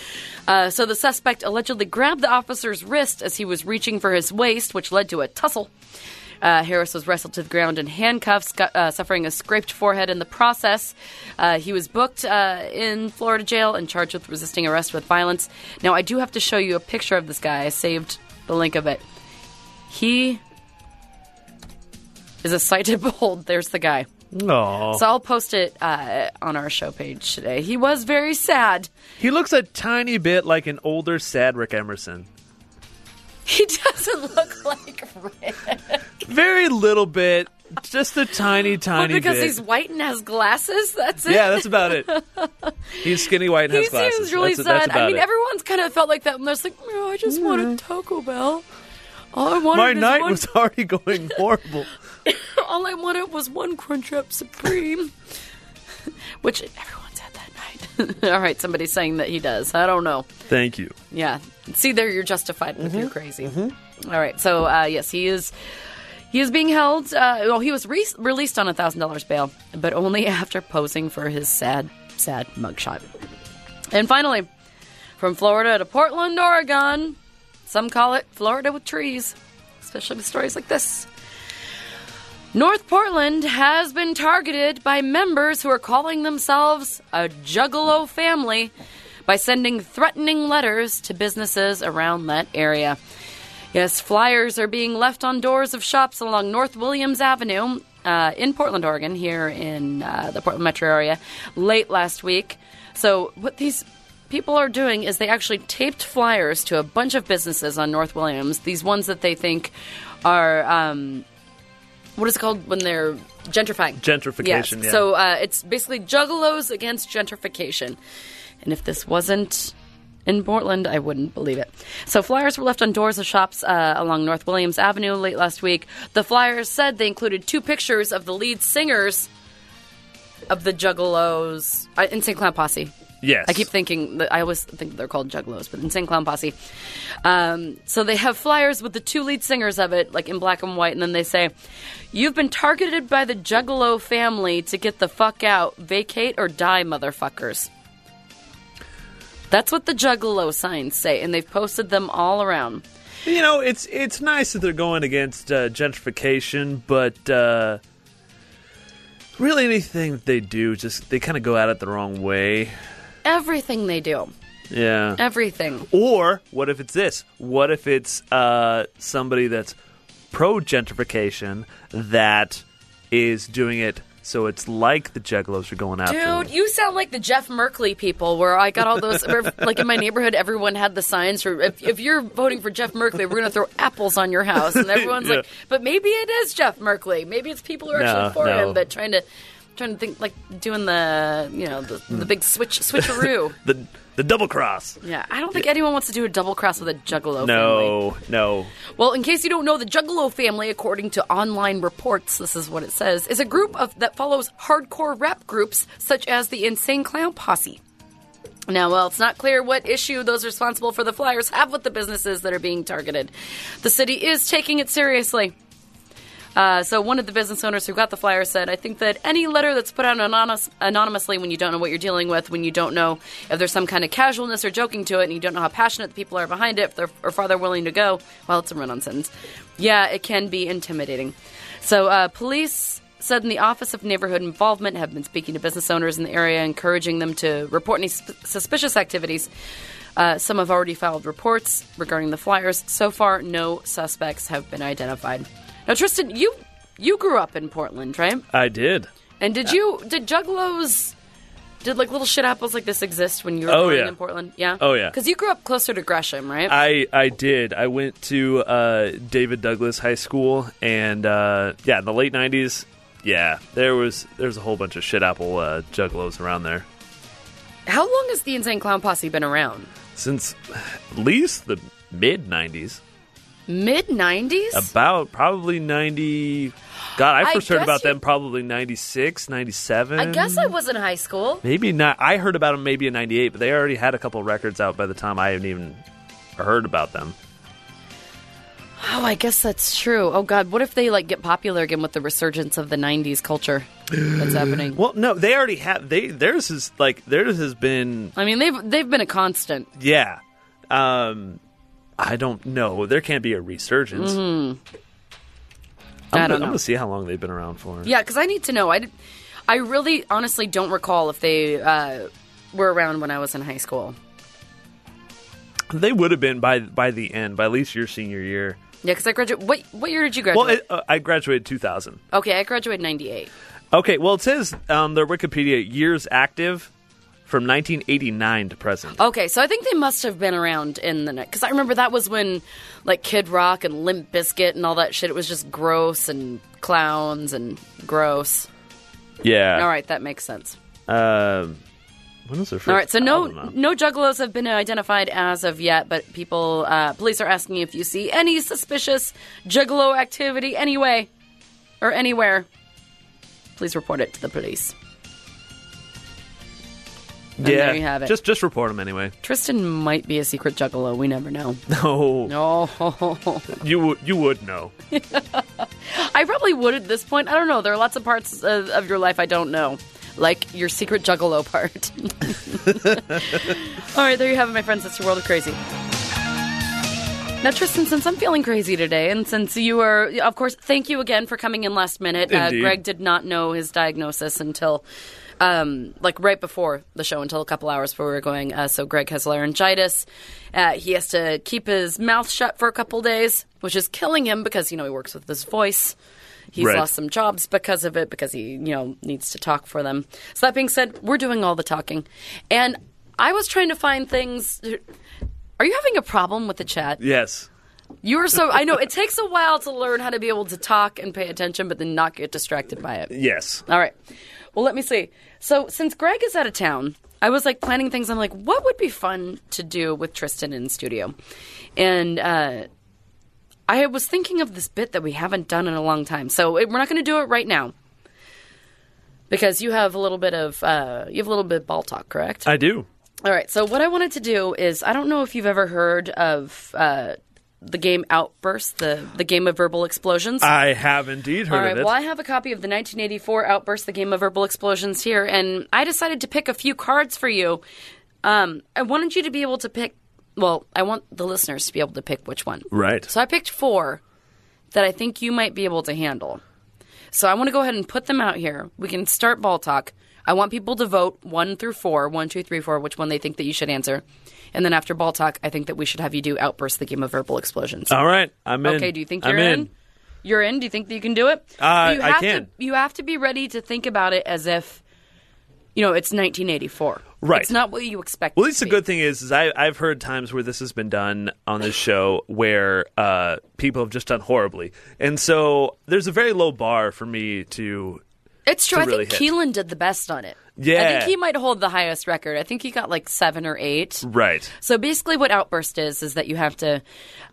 Uh, so the suspect allegedly grabbed the officer's wrist as he was reaching for his waist, which led to a tussle. Uh, Harris was wrestled to the ground in handcuffs, scu- uh, suffering a scraped forehead in the process. Uh, he was booked uh, in Florida jail and charged with resisting arrest with violence. Now, I do have to show you a picture of this guy. I saved the link of it. He is a sight to behold. There's the guy. No, So I'll post it uh, on our show page today. He was very sad. he looks a tiny bit like an older, sad Rick Emerson. He doesn't look like Rick. Very little bit, just a tiny, Well, tiny because bit. he's white and has glasses. That's it. yeah, that's about it. He's skinny white and he has glasses. seems really that's, sad. That's about I mean, it. everyone's kind of felt like that. And they're just like, oh, I just wanted Taco Bell. All I wanted My is night one- was already going horrible. all I wanted was one Crunchwrap Supreme, which everyone's had that night. all right, somebody's saying that he does. I don't know. Thank you. Yeah. See, there you're justified with your crazy. All right. So uh, yes, he is. He is being held. Uh, well, he was re- released on a thousand dollars bail, but only after posing for his sad, sad mugshot. And finally, from Florida to Portland, Oregon. Some call it Florida with trees, especially with stories like this. North Portland has been targeted by members who are calling themselves a juggalo family by sending threatening letters to businesses around that area. Yes, flyers are being left on doors of shops along North Williams Avenue uh, in Portland, Oregon, here in uh, the Portland metro area late last week. So, what these people are doing is they actually taped flyers to a bunch of businesses on North Williams, these ones that they think are. Um, what is it called when they're gentrifying? Gentrification, Yes. yeah. So uh, it's basically juggalos against gentrification. And if this wasn't in Portland, I wouldn't believe it. So flyers were left on doors of shops uh, along North Williams Avenue late last week. The flyers said they included two pictures of the lead singers of the Juggalos uh, in St. Cloud Posse. Yes. I keep thinking that I always think they're called Juggalos, but Insane Clown Posse. Um, so they have flyers with the two lead singers of it, like in black and white, and then they say, "You've been targeted by the Juggalo family to get the fuck out, vacate or die, motherfuckers." That's what the Juggalo signs say, and they've posted them all around. You know, it's it's nice that they're going against uh, gentrification, but uh, really anything that they do, just they kind of go at it the wrong way. Everything they do, Yeah. Uh, everything. Or what if it's this? What if it's uh, somebody that's pro gentrification that is doing it so it's like the Juggalos are going after? them? Dude, you sound like the Jeff Merkley people, where I got all those. where, like in my neighborhood, everyone had the signs for if, if you're voting for Jeff Merkley, we're going to throw apples on your house, and everyone's Yeah. like, "But maybe it is Jeff Merkley. Maybe it's people who are No, actually for no. him, but trying to trying to think like doing the you know the, the big switch switcheroo." the the double cross. yeah, I don't think anyone wants to do a double cross with a Juggalo. family. No, no. Well, in case you don't know, the Juggalo family, according to online reports, this is what it says, is a group of that follows hardcore rap groups such as the Insane Clown Posse. Now, while it's not clear what issue those responsible for the flyers have with the businesses that are being targeted, the city is taking it seriously. Uh, so, one of the business owners who got the flyer said, I think that any letter that's put out anonymous, anonymously when you don't know what you're dealing with, when you don't know if there's some kind of casualness or joking to it, and you don't know how passionate the people are behind it, if they're, or far they're willing to go, well, it's a run on sentence. Yeah, it can be intimidating. So, uh, police said in the Office of Neighborhood Involvement have been speaking to business owners in the area, encouraging them to report any sp- suspicious activities. Uh, some have already filed reports regarding the flyers. So far, no suspects have been identified. Now, Tristan, you you grew up in Portland, right? I did. And Uh, did you did Juggalos did like little shit apples like this exist when you were Oh, growing yeah. in Portland? Yeah. Oh, yeah. Uh, Because you grew up closer to Gresham, right? I I did. I went to uh, David Douglas High School, and uh, yeah, in the late '90s, yeah, there was there's a whole bunch of shit apple uh, juggalos around there How long has the Insane Clown Posse been around? since at least the mid '90s. Mid nineties. About probably 90. God, I I first heard guess about you- them probably 96, 97. I guess I was in high school. Maybe not. I heard about them maybe in 98, but they already had a couple records out by the time I hadn't even heard about them. Oh, I guess that's true. Oh God, what if they like get popular again with the resurgence of the '90s culture that's happening? Well, no, they already had. They theirs is like theirs has been I mean, they've they've been a constant. Yeah. Um I don't know. There can't be a resurgence. I'm I gonna- Mm-hmm. don't I'm know. gonna see how long they've been around for. Yeah, because I need to know. I, did- I really honestly don't recall if they uh, were around when I was in high school. They would have been by by the end, by at least your senior year. Yeah, because I graduated. What what year did you graduate? Well, it, uh, I graduated 2000. okay, I graduated '98. Okay, well, it says on their Wikipedia years active from 1989 to present. Okay, so I think they must have been around in the night because I remember that was when like Kid Rock and Limp Bizkit and all that shit. It was just gross and clowns and gross. Yeah. All right, that makes sense. Um, when was their first? All right, so no album out? no juggalos have been identified as of yet, but people uh, police are asking if you see any suspicious juggalo activity anyway or anywhere. Please report it to the police. yeah, there you have it. Just just report them anyway. Tristan might be a secret juggalo. We never know. Oh. No, No. Oh, you would you would know. I probably would at this point. I don't know. There are lots of parts of, of your life I don't know, like your secret juggalo part. All right, there you have it, my friends. That's your world of crazy. Now, Tristan, since I'm feeling crazy today, and since you are, of course, thank you again for coming in last minute. Uh, Indeed. Greg did not know his diagnosis until, um, like, right before the show, until a couple hours before we were going. Uh, so, Greg has laryngitis. Uh, he has to keep his mouth shut for a couple days, which is killing him because, you know, he works with his voice. He's Right. lost some jobs because of it, because he, you know, needs to talk for them. So, that being said, we're doing all the talking. And I was trying to find things. Are you having a problem with the chat? Yes. You are so. I know it takes a while to learn how to be able to talk and pay attention, but then not get distracted by it. Yes. All right. Well, let me see. So since Greg is out of town, I was like planning things. I'm like, what would be fun to do with Tristan in studio? And uh, I was thinking of this bit that we haven't done in a long time. So it, we're not going to do it right now because you have a little bit of uh, you have a little bit of ball talk, correct? I do. All right. So what I wanted to do is I don't know if you've ever heard of uh, the game Outburst, the the game of verbal explosions. I have indeed heard All right. of it. Well, I have a copy of the 1984 Outburst, the game of verbal explosions here, and I decided to pick a few cards for you. Um, I wanted you to be able to pick. Well, I want the listeners to be able to pick which one. Right. So I picked four that I think you might be able to handle. So I want to go ahead and put them out here. We can start ball talk. I want people to vote one through four, one, two, three, four, which one they think that you should answer. And then after ball talk, I think that we should have you do outburst the game of verbal explosions. All right. I'm in. Okay, do you think I'm you're in? You're in. Do you think that you can do it? Uh, you I have can. To, you have to be ready to think about it as if, you know, it's 1984. Right. It's not what you expect. Well, it at least to the be. good thing is, is I, I've heard times where this has been done on this show where uh, people have just done horribly, and so there's a very low bar for me to. It's true. to I really think hit. Keelan did the best on it. I Yeah. think he might hold the highest record. I think he got like seven or eight. Right. So basically, what outburst is is that you have to,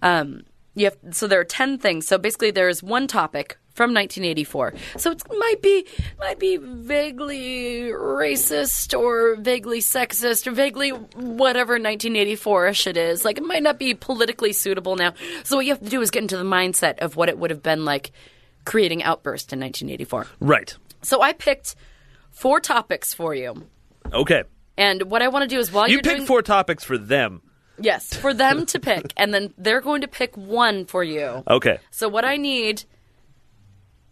um, you have. So there are ten things. So basically, there is one topic from 1984. So it might be might be vaguely racist or vaguely sexist or vaguely whatever 1984ish it is. Like it might not be politically suitable now. So what you have to do is get into the mindset of what it would have been like creating outburst in 1984. Right. So I picked four topics for you. Okay. And what I want to do is while You are pick doing four topics for them. Yes, for them to pick, and then they're going to pick one for you. Okay. So what I need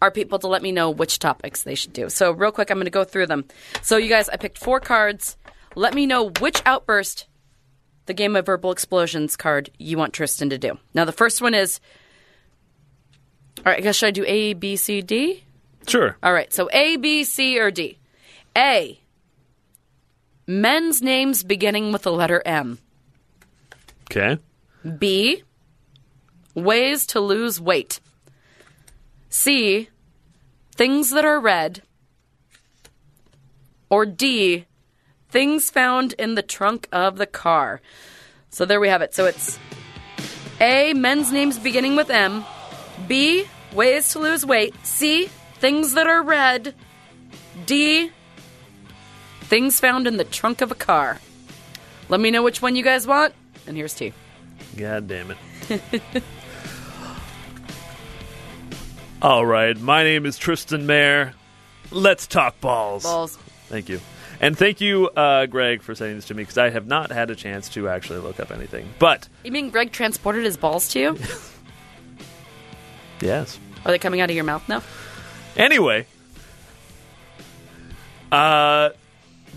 are people to let me know which topics they should do. So real quick, I'm going to go through them. So you guys, I picked four cards. Let me know which outburst, the game of verbal explosions card, you want Tristan to do. Now the first one is. All right, I guess should I do A, B, C, D? Sure. All right, so A, B, C, or D. A. Men's names beginning with the letter M. Okay. B. Ways to lose weight. C. Things that are red. Or D. Things found in the trunk of the car. So there we have it. So it's A. Men's names beginning with M. B. Ways to lose weight. C. Things that are red. D. Things found in the trunk of a car. Let me know which one you guys want. And here's T. God damn it. All right. My name is Tristan Mayer. Let's talk balls. balls. Thank you. And thank you, uh, Greg, for sending this to me because I have not had a chance to actually look up anything. But You mean Greg transported his balls to you? yes. Are they coming out of your mouth now? Anyway, uh,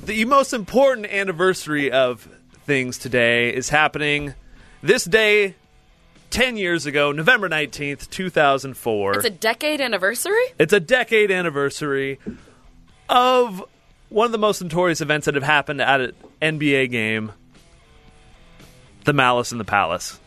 the most important anniversary of things today is happening this day 10 years ago, November 19th, 2004. It's a decade anniversary? It's a decade anniversary of one of the most notorious events that have happened at an NBA game the Malice in the Palace.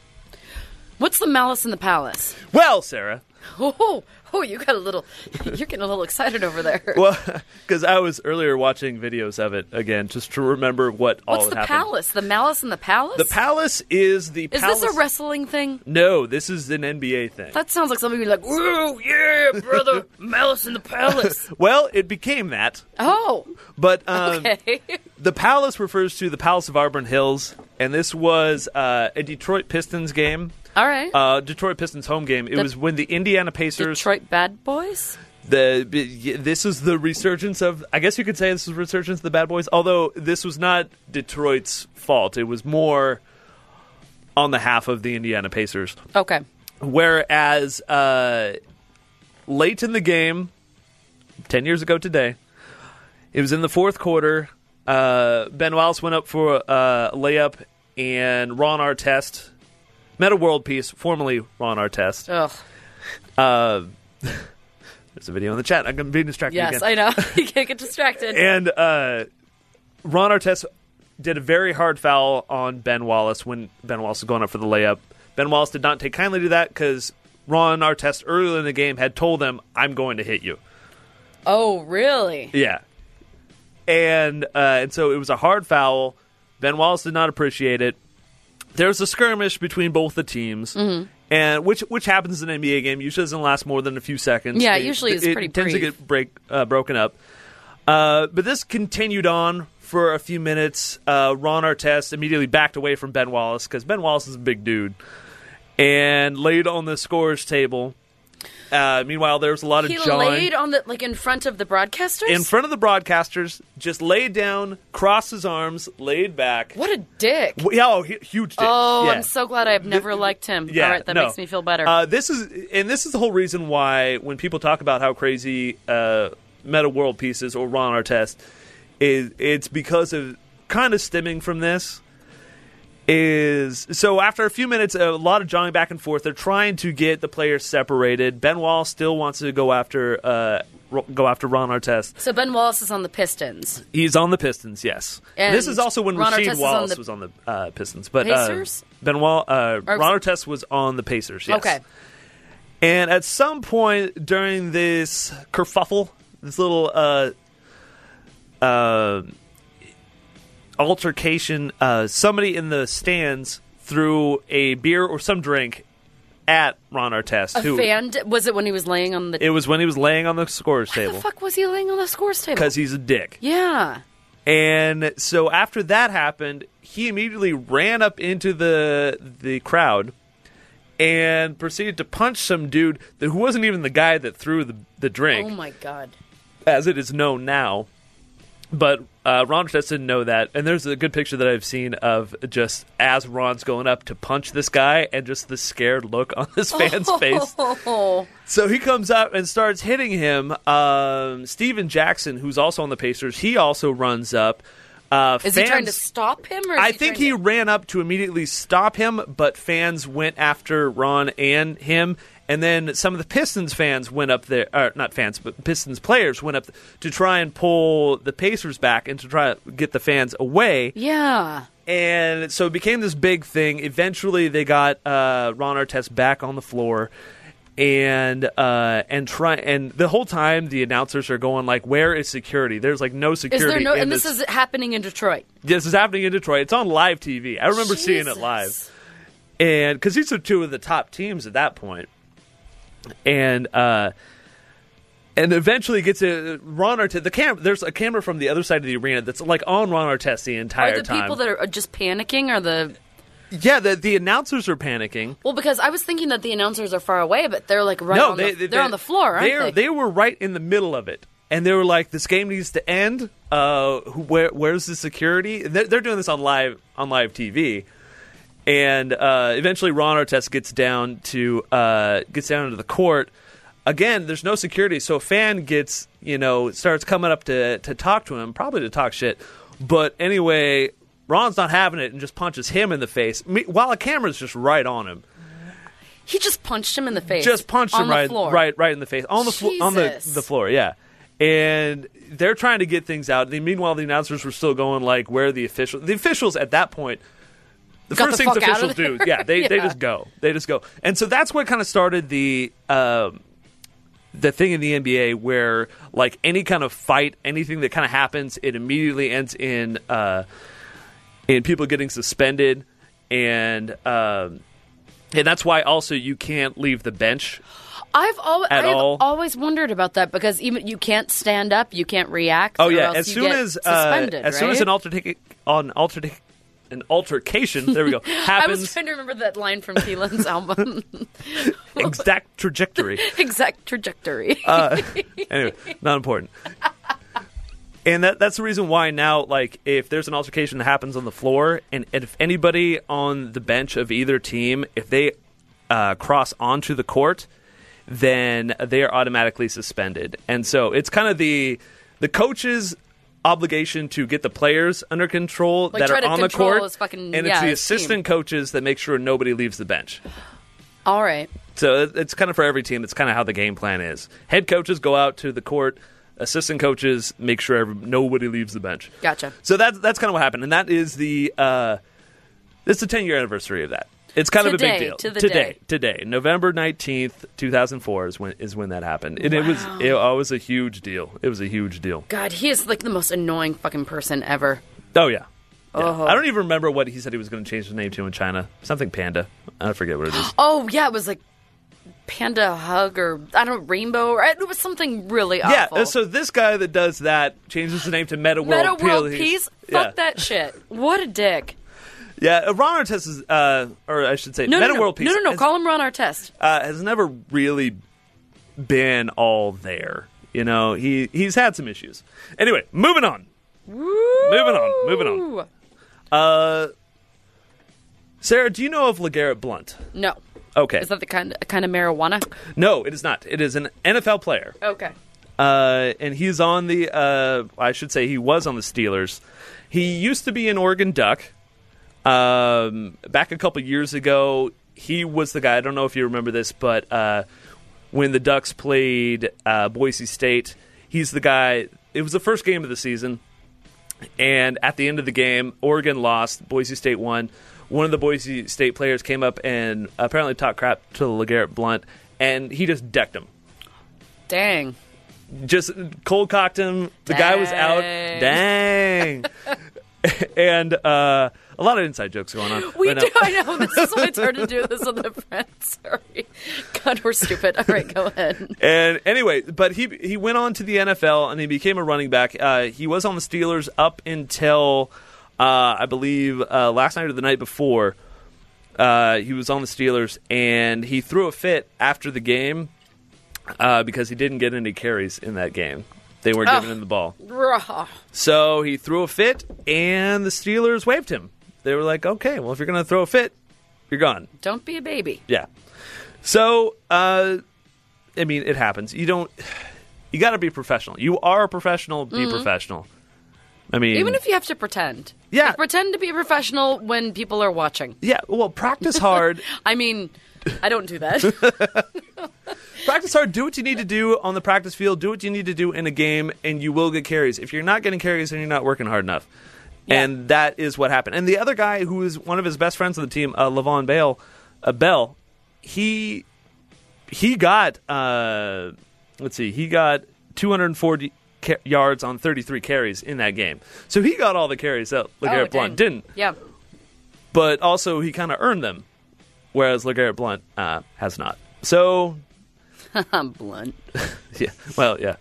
What's the malice in the palace? Well, Sarah, Oh, oh, you got a little, you're getting a little excited over there. well, because I was earlier watching videos of it again just to remember what all What's had the oh, happened. palace? The malice in the palace? The Palace is the Is palace. this a wrestling thing? no, this is an NBA thing. That sounds like something you're like, whoa, yeah, brother, malice in the palace. well, it became that, Oh, but um, okay. The palace refers to the Palace of Auburn Hills, and this was uh, a Detroit Pistons game, All right. uh, Detroit Pistons home game. It The- was when the Indiana Pacers. Detroit Bad Boys? The b- y- this is the resurgence of. I guess you could say this is resurgence of the Bad Boys. Although this was not Detroit's fault, it was more on the half of the Indiana Pacers. Okay. Whereas uh, late in the game, 10 years ago today, it was in the fourth quarter. Uh, ben Wallace went up for a layup, and Ron Artest met a world piece, formerly Ron Artest. Ugh. Uh, there's a video in the chat. I'm being distracted Yes, again. I know. you can't get distracted. And uh, Ron Artest did a very hard foul on Ben Wallace when Ben Wallace was going up for the layup. Ben Wallace did not take kindly to that because Ron Artest earlier in the game had told him, "I'm going to hit you." oh, really? Yeah, and uh, and so it was a hard foul. Ben Wallace did not appreciate it. There was a skirmish between both the teams. Mm-hmm. And which which happens in an NBA game usually doesn't last more than a few seconds. Yeah, It- usually it's it pretty tends to brief. get break uh, broken up. Uh, but this continued on for a few minutes. Uh, Ron Artest immediately backed away from Ben Wallace because Ben Wallace is a big dude and laid on the scorer's table. Uh, meanwhile, there was a lot of He jawing laid on the, like, in front of the broadcasters? in front of the broadcasters. Just laid down, crossed his arms, laid back. What a dick. Wh- Yeah, oh, hu- huge dick. Oh, yeah. I'm so glad I've never liked him. Yeah, All right, that no. makes me feel better. Uh, this is, and this is the whole reason why when people talk about how crazy uh, Meta World Peace is or Ron Artest, is it's because of kind of stemming from this. Is so after a few minutes, a lot of jawing back and forth. They're trying to get the players separated. Ben Wall still wants to go after uh, ro- go after Ron Artest. so Ben Wallace is on the Pistons. He's on the Pistons, yes. And this is also when Ron Artest Rasheed is on Wallace the was on the uh, Pistons, but uh, Pacers? Ben Wall, uh, Or- Ron Artest was on the Pacers. Yes. Okay. And at some point during this kerfuffle, this little uh, uh, altercation, uh, somebody in the stands threw a beer or some drink at Ron Artest. A who fan di- was it when he was laying on the it was when he was laying on the scorer's Why the table fuck was he laying on the scores table? because he's a dick. yeah. And so after that happened, he immediately ran up into the the crowd and proceeded to punch some dude that, who wasn't even the guy that threw the, the Oh drink, my god. as it is known now. But uh, Ron just didn't know that. And there's a good picture that I've seen of just as Ron's going up to punch this guy and just the scared look on this fan's face. Oh. So he comes up and starts hitting him. Um, Steven Jackson, who's also on the Pacers, he also runs up. Uh, Is he trying to fans- stop him or is I think trying he to- ran up to immediately stop him, but fans went after Ron and him. And then some of the Pistons fans went up there, or not fans, but Pistons players went up to try and pull the Pacers back and to try to get the fans away. Yeah. And so it became this big thing. Eventually, they got uh, Ron Artest back on the floor, and uh, and try and the whole time the announcers are going like, "Where is security?" There's like no Is security. there no in and this, is happening in Detroit. this is happening in Detroit. It's on live TV. I remember seeing it Jesus. live, and because these are two of the top teams at that point, and uh, and eventually gets to Ron Artest. The cam there's a camera from the other side of the arena that's like on Ron Artest the entire Are the time. people that are just panicking or the yeah, the the announcers are panicking. Well, because I was thinking that the announcers are far away, but they're like right no, on they, the, they're on the floor, aren't they're- they? They were right in the middle of it, and they were like, "This game needs to end. Uh, who- where, where's the security?" They're, they're doing this on live on live TV, and uh, eventually Ron Artest gets down to uh, gets down to the court. Again, there's no security, so a fan gets you know starts coming up to to talk to him, probably to talk shit. But anyway, Ron's not having it and just punches him in the face me- while a camera's just right on him. He just punched him in the face. just punched on him the right, floor. right, right in the face on the floor, on the, Jesus. the floor. Yeah, and they're trying to get things out. And meanwhile, the announcers were still going like, "Where are the officials?" The officials at that point. The Got first the things fuck out of officials do, there. yeah, they they Yeah. just go, they just go, and so that's what kind of started the um, the thing in the NBA where like any kind of fight, anything that kind of happens, it immediately ends in uh, in people getting suspended, and um, and that's why also you can't leave the bench I've, al- At I've all. always wondered about that because even you can't stand up, you can't react. Oh or yeah, else as you soon get as uh, suspended, as soon as right? an altercation on alterta- an altercation, there we go, I was happens trying to remember that line from Keelan's album, exact trajectory. exact trajectory. Uh, anyway, not important. And that, that's the reason why now, like, if there's an altercation that happens on the floor, and, and if anybody on the bench of either team, if they uh, cross onto the court, then they are automatically suspended. And so it's kind of the the coach's obligation to get the players under control that try are to on the control court, his fucking- and yeah, it's the his team. assistant coaches that make sure nobody leaves the bench. All right. So it- it's kind of for every team. That's kind of how the game plan is. Head coaches go out to the court. Assistant coaches make sure every, nobody leaves the bench. Gotcha. So that's that's kind of what happened, and that is the uh, it's the ten year anniversary of that. It's kind of a Today, big deal. to the today, day. today, November nineteenth, two thousand four is when is when that happened, and it was it was a huge deal. It was a huge deal. God, he is like the most annoying fucking person ever. Oh yeah. Yeah. Oh. I don't even remember what he said he was going to change his name to in China. Something panda. I forget what it is. Oh yeah, it was like panda hug or I don't know, rainbow or it was something really awful. Yeah, uh, so this guy that does that changes the name to Meta World Meta world Peace. peace. Yeah. Fuck that shit. What a dick. Yeah, uh, Ron Artest is, uh, or I should say, No, Meta no, no. World Peace. no, no, no. Has, Call him Ron Artest. uh, has never really been all there. You know, he he's had some issues. Anyway, moving on. Moving on. Moving on. Ooh. Uh, Sarah, do you know of LeGarrette Blunt? No. Okay. Is that the kind kind of marijuana? no, it is not. It is an NFL player. Okay. uh, and he's on the uh, I should say he was on the Steelers. He used to be an Oregon Duck. Um, back a couple years ago, he was the guy. I don't know if you remember this, but uh, when the Ducks played uh, Boise State, he's the guy. It was the first game of the season, and at the end of the game, Oregon lost. Boise State won. One of the Boise State players came up and apparently talked crap to LeGarrette Blunt, and he just decked him Dang. just cold cocked him. The guy was out. Dang. and uh, a lot of inside jokes going on. We right now. do. I know. This is why it's hard to do this on the friends. Sorry. God, we're stupid. All right, go ahead. And anyway, but he he went on to the NFL and he became a running back. Uh, he was on the Steelers up until uh, I believe uh, last night or the night before. Uh, he was on the Steelers and he threw a fit after the game uh, because he didn't get any carries in that game. They were giving Oh. him the ball. Raw. So he threw a fit, and the Steelers waived him. They were like, okay, well, if you're going to throw a fit, you're gone. Don't be a baby. Yeah. So, uh, I mean, it happens. You don't, you got to be professional. You are a professional, be professional. I mean, Mm-hmm. Even if you have to pretend. Yeah. Like, pretend to be a professional when people are watching. yeah, well, practice hard. I mean, I don't do that. Oh, practice hard. Do what you need to do on the practice field. Do what you need to do in a game, and you will get carries. If you're not getting carries, then you're not working hard enough. And that is what happened. And the other guy who is one of his best friends on the team, uh, Levon Bell, uh, Bell, he he got uh, let's see, he got 240 ca- yards on 33 carries in that game. So he got all the carries that LeGarrette Oh, Blunt dang. didn't Yeah. but also he kind of earned them, whereas LeGarrette Blunt uh, has not. So, I'm blunt. yeah, well, yeah.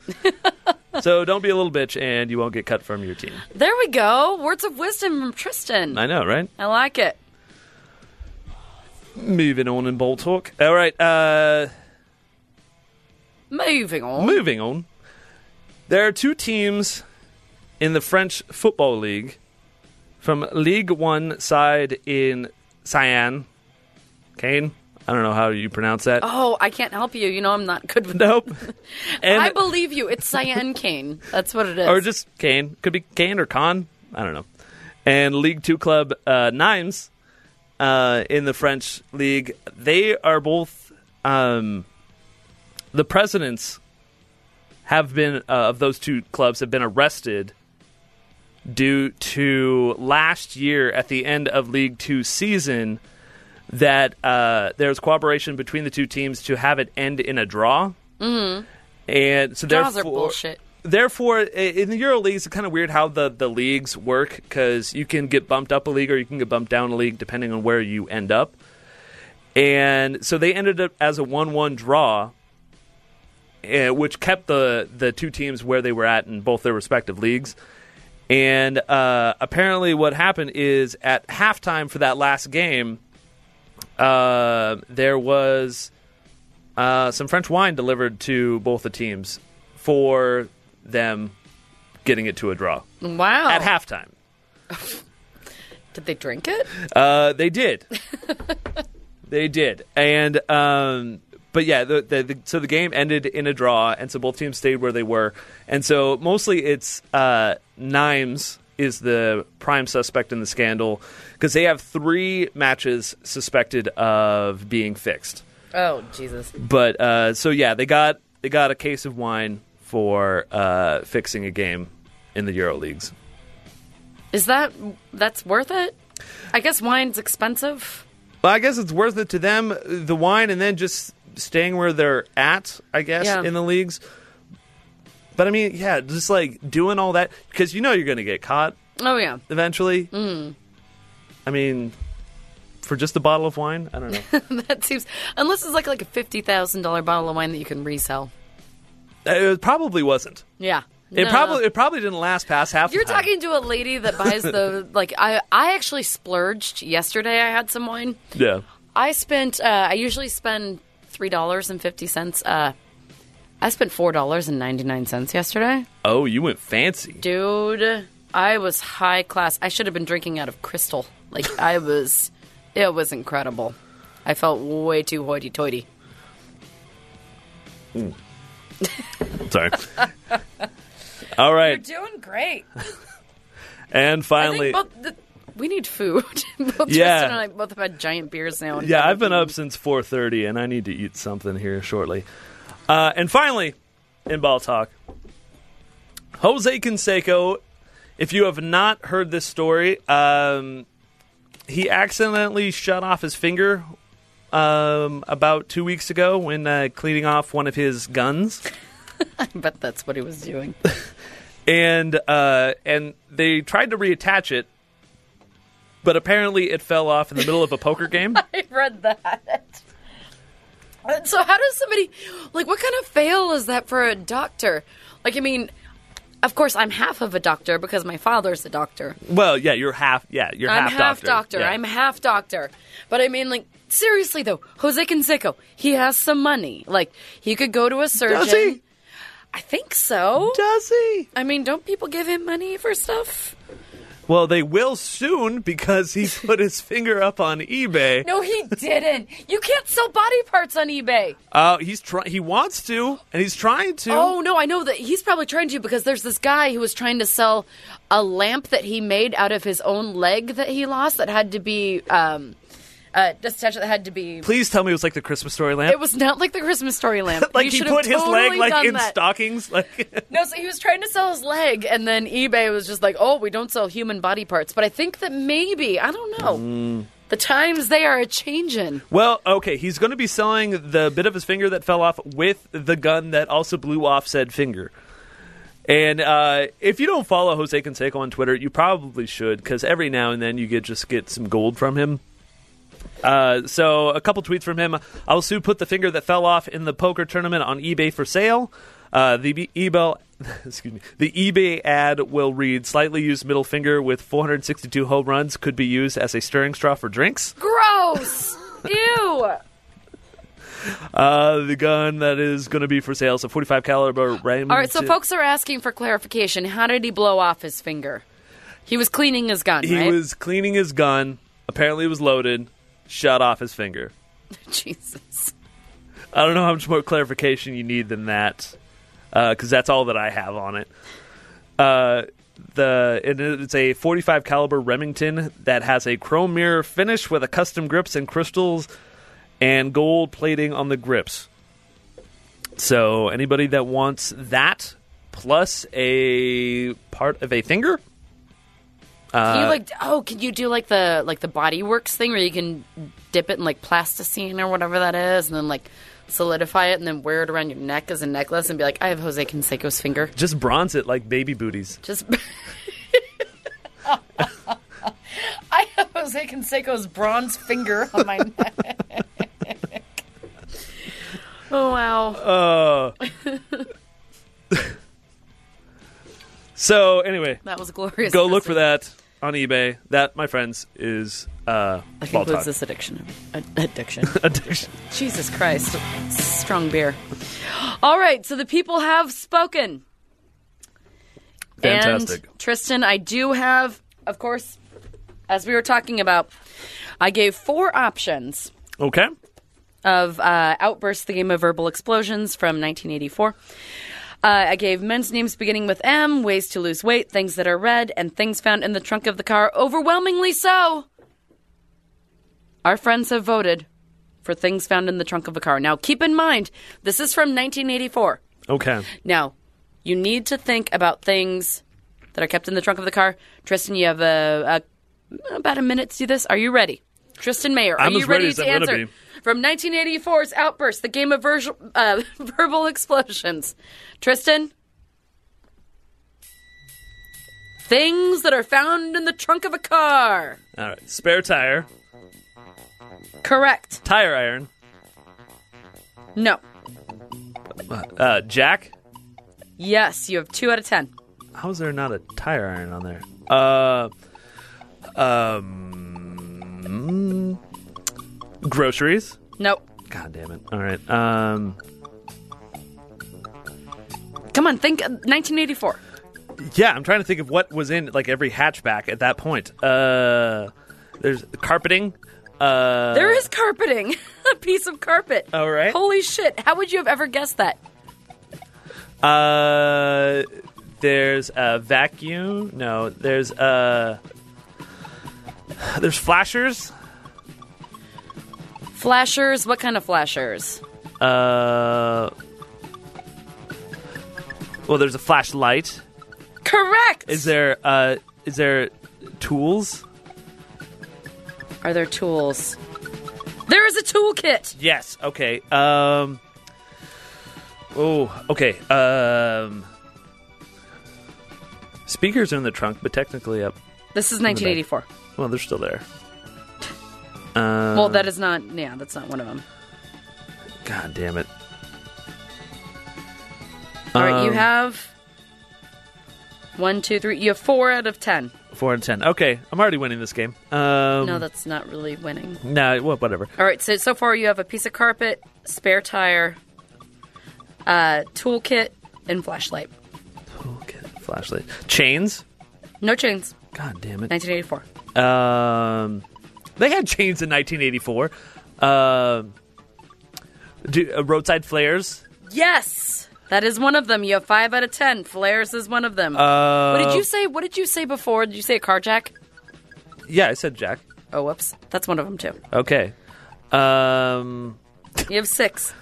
so don't be a little bitch, and you won't get cut from your team. There we go. Words of wisdom from Tristan. I know, right? I like it. Moving on in bold talk. All right, uh, Moving on. moving on. There are two teams in the French Football League from League One side in Cyan. Kane? I don't know how you pronounce that. Oh, I can't help you. You know I'm not good with Nope. And I believe you. It's Cyan Kane. That's what it is. or just Kane. Could be Kane or Khan. I don't know. And League Two club uh, Nimes uh, in the French league. They are both um, the presidents have been uh, of those two clubs have been arrested due to last year at the end of League Two season that uh, there's cooperation between the two teams to have it end in a draw. Mm-hmm. And so Draws are therefore, bullshit. Therefore, i- in the Euro leagues, it's kind of weird how the, the leagues work because you can get bumped up a league or you can get bumped down a league depending on where you end up. And so they ended up as a one-one draw, eh, which kept the the two teams where they were at in both their respective leagues. And uh, apparently, what happened is at halftime for that last game, uh, there was uh, some French wine delivered to both the teams for them getting it to a draw Wow. at halftime. Did they drink it? Uh, they did. they did, and um, but yeah, the, the, the so the game ended in a draw, and so both teams stayed where they were, and so mostly it's uh, Nimes is the prime suspect in the scandal because they have three matches suspected of being fixed. Oh Jesus. But uh, so yeah, they got they got a case of wine for uh, fixing a game in the Euro leagues. Is that that's worth it? I guess wine's expensive. Well, I guess it's worth it to them the wine, and then just staying where they're at. I guess Yeah. in the leagues. But I mean, yeah, just like doing all that because you know you're going to get caught Oh yeah. eventually. Mm. I mean, for just a bottle of wine, I don't know. That seems unless it's like like a fifty thousand dollar bottle of wine that you can resell. Uh, it probably wasn't. Yeah. It No. probably it probably didn't last past half. the You're time. talking to a lady that buys the like I I actually splurged yesterday. I had some wine. yeah. I spent. Uh, I usually spend three dollars and fifty cents. Uh, I spent four dollars and ninety nine cents yesterday, Oh, you went fancy. dude. I was high class. I should have been drinking out of crystal. Like I was. It was incredible. I felt way too hoity toity. Sorry. all right, Doing great. and finally. both the, we need food. both Yeah. Justin and I both have had giant beers now. and Yeah, I've haven't been eaten. up since 4:30, and I need to eat something here shortly. Uh, and finally, in ball talk, Jose Canseco. If you have not heard this story, um, he accidentally shut off his finger um, about two weeks ago when uh, cleaning off one of his guns But that's what he was doing. and uh, and they tried to reattach it, but apparently it fell off in the middle of a poker game. I read that. And So how does somebody like what kind of fail is that for a doctor? Like I mean, of course I'm half of a doctor because my father's a doctor. Well, yeah, you're half. Yeah, you're I'm half, half doctor. Yeah. I'm half doctor. But I mean like seriously though, Jose Canseco, he has some money. Like he could go to a surgeon. he? I think so. Does he? I mean, don't people give him money for stuff? Well, they will soon because he put his finger up on eBay. No, he didn't. You can't sell body parts on eBay. Uh, he's try- he wants to, and he's trying to. Oh no, I know that he's probably trying to because there's this guy who was trying to sell a lamp that he made out of his own leg that he lost that had to be um uh dispatched that had to be Please tell me it was like the Christmas story lamp. it was not like the Christmas story lamp. like You he should have put his totally leg like done in that. stockings. Like No, so he was trying to sell his leg, and then eBay was just like, "Oh, we don't sell human body parts." But I think that maybe I don't know. Mm. The times they are a changing. Well, okay, he's going to be selling the bit of his finger that fell off with the gun that also blew off said finger. And uh, if you don't follow Jose Canseco on Twitter, you probably should because every now and then you get just get some gold from him. Uh, so a couple tweets from him. I'll soon put the finger that fell off in the poker tournament on eBay for sale. Uh, the B- eBay, excuse me, the eBay ad will read: "Slightly used middle finger with 462 home runs could be used as a stirring straw for drinks." Gross. Ew. Uh, the gun that is going to be for sale, so 45 caliber Remington. All right, so folks are asking for clarification. How did he blow off his finger? He was cleaning his gun, He right? was cleaning his gun. Apparently, it was loaded. Shut off his finger. Jesus. I don't know how much more clarification you need than that, because that's all that I have on it. Uh, the and it's a 45 caliber Remington that has a chrome mirror finish with a custom grips and crystals and gold plating on the grips. So anybody that wants that plus a part of a finger, uh, Can you like oh, can you do like the like the body works thing where you can dip it in like plasticine or whatever that is, and then like solidify it and then wear it around your neck as a necklace and be like, I have Jose Canseco's finger. just bronze it like baby booties. Just I have Jose Canseco's bronze finger on my neck. oh wow. Uh, So anyway, that was glorious. go look for Kristen. that on eBay. That, my friends, is uh, That ball concludes talk. this addiction. Ad- Addiction. addiction. Jesus Christ. Strong beer. All right, so the people have spoken. Fantastic. And Tristan, I do have, of course, as we were talking about, I gave four options Okay. of uh, Outburst, the game of verbal explosions from 1984. Uh, I gave men's names beginning with M, ways to lose weight, things that are red, and things found in the trunk of the car. Overwhelmingly so. Our friends have voted for things found in the trunk of a car. Now, keep in mind, this is from 1984. Okay. Now, you need to think about things that are kept in the trunk of the car. Tristan, you have a, a about a minute to do this. Are you ready? Tristan Mayer, are I'm you as ready as to I'm gonna answer? be. From 1984's Outburst, the game of ver- uh, verbal explosions. Tristan? Things that are found in the trunk of a car. All right. Spare tire, Correct. tire iron, No. uh, jack. Yes, you have two out of ten. How is there not a tire iron on there? Uh, um, groceries. No. God damn it. All right. Um, Come on, think uh, 1984. yeah, I'm trying to think of what was in like every hatchback at that point. Uh, there's carpeting. Uh, There is carpeting. a piece of carpet. All right. Holy shit. How would you have ever guessed that? Uh, there's a vacuum. No, there's uh, there's flashers. Flashers, what kind of flashers? Uh, well, there's a flashlight. Correct. Is there uh, is there tools? Are there tools? There is a toolkit. Yes. Okay. Um. Oh. Okay. Um. Speakers are in the trunk, but technically up. This is 1984. Well, they're still there. well, that is not yeah, that's not one of them. God damn it. All right, you Um, have one, two, three. You have four out of ten. Four and ten. Okay, I'm already winning this game. Um, No, no, that's not really winning. nah, well, whatever. All right, so so far you have a piece of carpet, spare tire, uh, toolkit, and flashlight. Okay, flashlight, chains. No chains. God damn it. 1984. Um, they had chains in 1984. Um, do, uh, roadside flares. Yes, that is one of them. You have five out of ten. Flares is one of them. Uh, what did you say? What did you say before? Did you say a car jack? Yeah, I said Jack. Oh, whoops. That's one of them too. Okay. Um, You have six.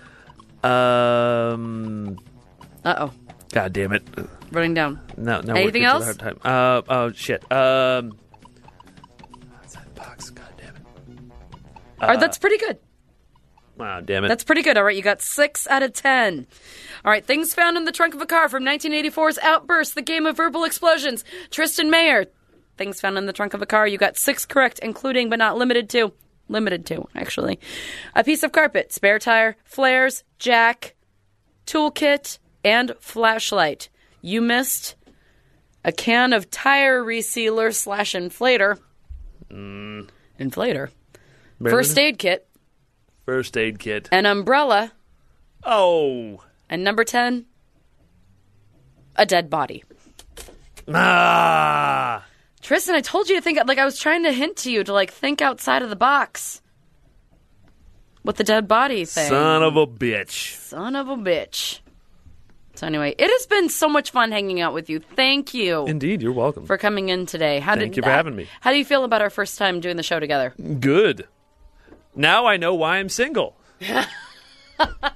um, Uh oh, God damn it. running down. No, no. Anything we're else? A hard time. Uh, oh shit. Um, outside box. God damn it. All right, that's pretty good. Wow, damn it. That's pretty good. All right, you got six out of ten. All right, things found in the trunk of a car from 1984's Outburst, the game of verbal explosions. Tristan Mayer, things found in the trunk of a car. You got six correct, including but not limited to, limited to actually, a piece of carpet, spare tire, flares, jack, toolkit, and flashlight. You missed a can of tire resealer slash inflator. Inflator. First aid kit, First aid kit. an umbrella. Oh. And number 10, a dead body. Ah. Tristan, I told you to think, like, I was trying to hint to you to, like, think outside of the box with the dead body thing. Son of a bitch. Son of a bitch. So anyway, it has been so much fun hanging out with you. Thank you Indeed, you're welcome. for coming in today. How Thank did you for uh, having me. How do you feel about our first time doing the show together? Good. Now I know why I'm single. God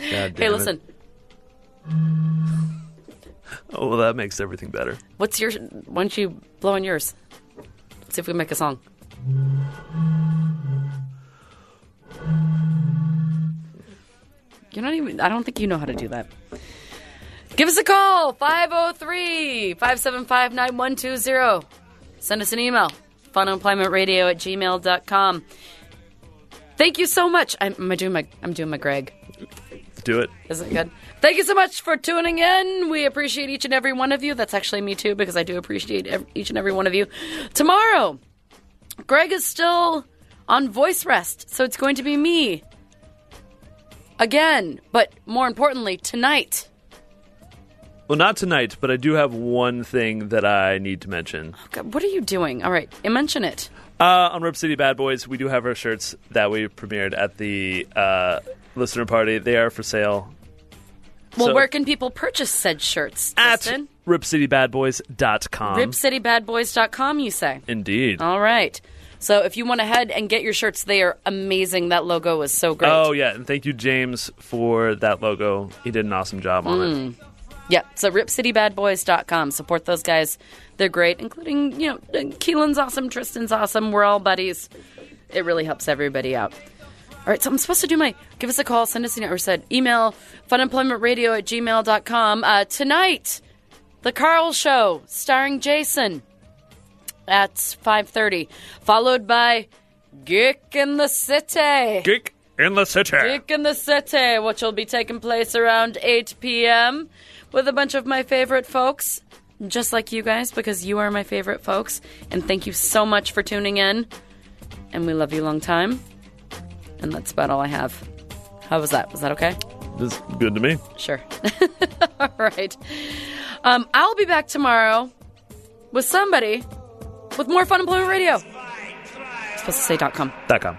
damn Hey, it. listen. Oh, well, that makes everything better. What's your? Why don't you blow on yours? Let's see if we make a song. You're not even. I don't think you know how to do that. Give us a call 503 575 9120. Send us an email funemploymentradio at gmail.com. Thank you so much. I'm, am I doing my, I'm doing my Greg. Do it. Isn't it good? Thank you so much for tuning in. We appreciate each and every one of you. That's actually me too, because I do appreciate ev- each and every one of you. Tomorrow, Greg is still on voice rest, so it's going to be me again. But more importantly, tonight. Well, not tonight, but I do have one thing that I need to mention. Oh, God, what are you doing? All right, and mention it. Uh, on Rip City Bad Boys, we do have our shirts that we premiered at the uh, listener party. They are for sale Well, So- where can people purchase said shirts? at um, Kristen? ripcitybadboys.com. ripcitybadboys.com, you say. Indeed. All right. So if you went ahead and get your shirts, they are amazing. That logo is so great. Oh, yeah. And thank you, James, for that logo. He did an awesome job Mm. on it. Yeah, so ripcitybadboys.com. Support those guys. They're great, including, you know, Keelan's awesome, Tristan's awesome. We're all buddies. It really helps everybody out. All right, so I'm supposed to do my give us a call, send us an e-, or said email funemploymentradio at gmail.com. Uh, tonight, The Carl Show, starring Jason at 5.30, followed by Geek in the City. Geek in the City. Geek in the City, which will be taking place around 8 p.m. with a bunch of my favorite folks, just like you guys, because you are my favorite folks. And thank you so much for tuning in. And we love you long time. And that's about all I have. How was that? Was that okay? This is good to me. Sure. all right. Um, I'll be back tomorrow with somebody with more Fun Employment Radio. Supposed to say dot com. Dot com.